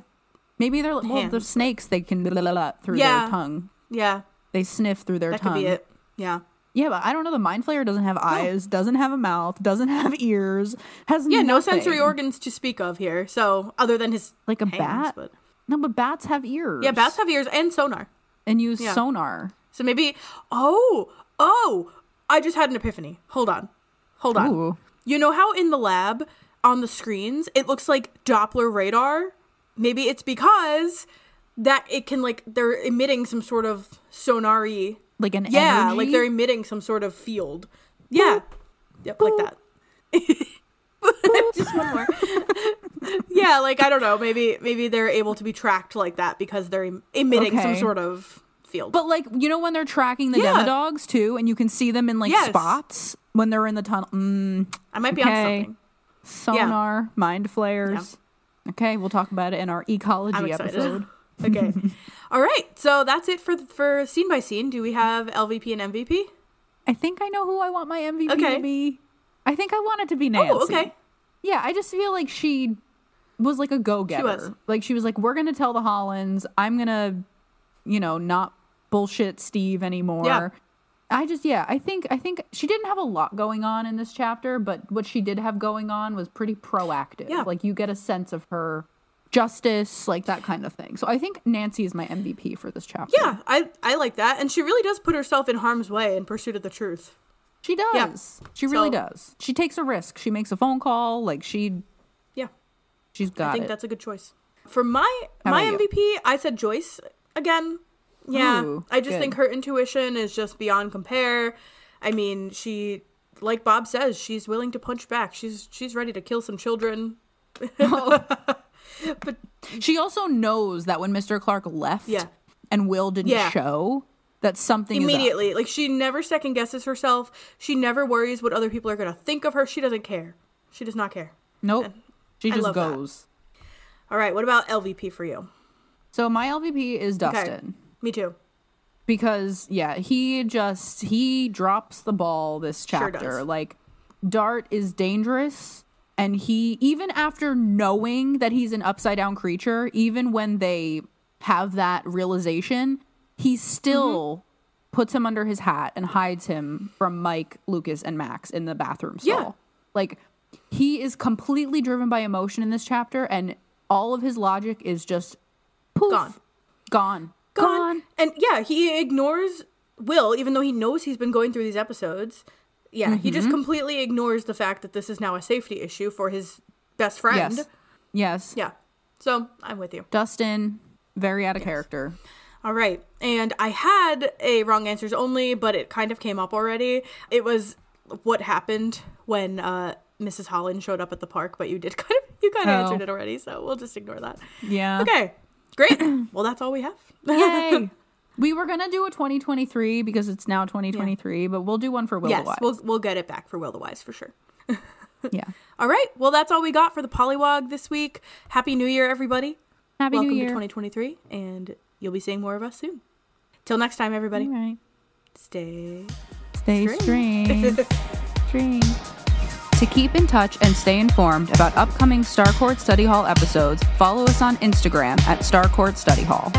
B: maybe they're well, the
A: hands.
B: snakes. They can la- la- la through
A: Yeah.
B: their tongue.
A: yeah,
B: They sniff through their
A: that
B: tongue.
A: could be it. Yeah,
B: Um, Yeah, but I don't know. The mind flayer doesn't have eyes, doesn't have a mouth, doesn't have [LAUGHS] ears, has
A: yeah, no sensory
B: organs.
A: organs to speak of here. So other than his
B: Like a
A: hands,
B: bat?
A: but
B: No, but bats have ears.
A: yeah, bats have ears and sonar.
B: and use
A: Yeah.
B: sonar.
A: So maybe, oh, oh, I just had an epiphany. Hold on. Hold on.
B: Ooh.
A: You know how in the lab on the screens it looks like Doppler radar? Maybe it's because that it can like they're emitting some sort of sonary
B: Like an
A: yeah,
B: energy?
A: like they're emitting some sort of field. Yeah. Yep, like that. Just one more. yeah, like I don't know, maybe maybe they're able to be tracked like that because they're em- emitting some
B: Okay.
A: sort of field.
B: But like you know when they're tracking the
A: Yeah.
B: demodogs too, and you can see them in like
A: Yes.
B: spots when they're in the tunnel. Mm,
A: I might be on
B: Okay.
A: something.
B: sonar, mind flares. Okay, we'll talk about it in our ecology
A: I'm excited. [LAUGHS]
B: [LAUGHS] episode.
A: okay. All right. So that's it for for scene by scene. Do we have LVP and MVP?
B: I think I know who I want my MVP
A: Okay.
B: to be. I think I want it to be Nancy.
A: Oh, okay.
B: Yeah, I just feel like she was like a go
A: was.
B: getter. Like she was like, we're gonna tell the Hollands. I'm gonna, you know, not bullshit Steve anymore.
A: Yeah.
B: I just yeah, I think I think she didn't have a lot going on in this chapter, but what she did have going on was pretty proactive.
A: Yeah.
B: Like you get a sense of her justice, like that kind of thing. So I think Nancy is my MVP for this chapter.
A: Yeah, I I like that, and she really does put herself in harm's way in pursuit of the truth.
B: She does. She really
A: So-
B: does. She takes a risk. She makes a phone call. Like she
A: Yeah,
B: she's got
A: I think
B: it.
A: that's a good choice. For my
B: How
A: my
B: about
A: MVP, I said Joyce again. Yeah,
B: Ooh,
A: I just
B: good.
A: think her intuition is just beyond compare. I mean, she like Bob says, she's willing to punch back. She's she's ready to kill some children. but
B: She also knows that when Mr. Clark left
A: Yeah.
B: and Will didn't
A: Yeah.
B: show, that something Is up.
A: immediately. Like she never second guesses herself. She never worries what other people are going to think of her. She doesn't care. She does not care.
B: Nope. She
A: I
B: just
A: love that.
B: goes.
A: All right, what about LVP for you?
B: So my LVP is Dustin.
A: Me too.
B: because yeah he just he drops the ball this
A: Sure
B: chapter
A: does.
B: like dart is dangerous and he even after knowing that he's an upside down creature even when they have that realization he still
A: Mm-hmm.
B: puts him under his hat and hides him from mike lucas and max in the bathroom stall
A: Yeah.
B: like He is completely driven by emotion in this chapter, and all of his logic is just poof,
A: Gone.
B: gone,
A: gone. And yeah, he ignores Will, even though he knows he's been going through these episodes. Yeah, he
B: Mm-hmm.
A: just completely ignores the fact that this is now a safety issue for his best friend.
B: Yes, yes.
A: Yeah. So I'm with you.
B: Dustin, very out of character.
A: All right. And I had a wrong answers only, but it kind of came up already. It was what happened when uh, Mrs. Holland showed up at the park, but you did [LAUGHS] kind of you kind of
B: Oh.
A: answered it already, so we'll just ignore that.
B: Yeah.
A: Okay.
B: [CLEARS THROAT]
A: Great. well, that's all we have.
B: [LAUGHS]
A: [LAUGHS]
B: Yay. we were gonna do a 2023 because it's now 2023, but we'll do one for Will
A: yes,
B: the Wise.
A: we'll we'll get it back for Will the Wise for sure.
B: yeah.
A: All right. Well, that's all we got for the Polywog this week. Happy New Year, everybody.
B: Happy
A: Welcome
B: New
A: to
B: Year.
A: 2023, and you'll be seeing more of us soon. Till next time, everybody.
B: All right.
A: Stay.
B: Stay
A: Strange. [LAUGHS]
B: strange. strange. To keep in touch and stay informed about upcoming Star Court Study Hall episodes, follow us on Instagram at Star Court Study Hall.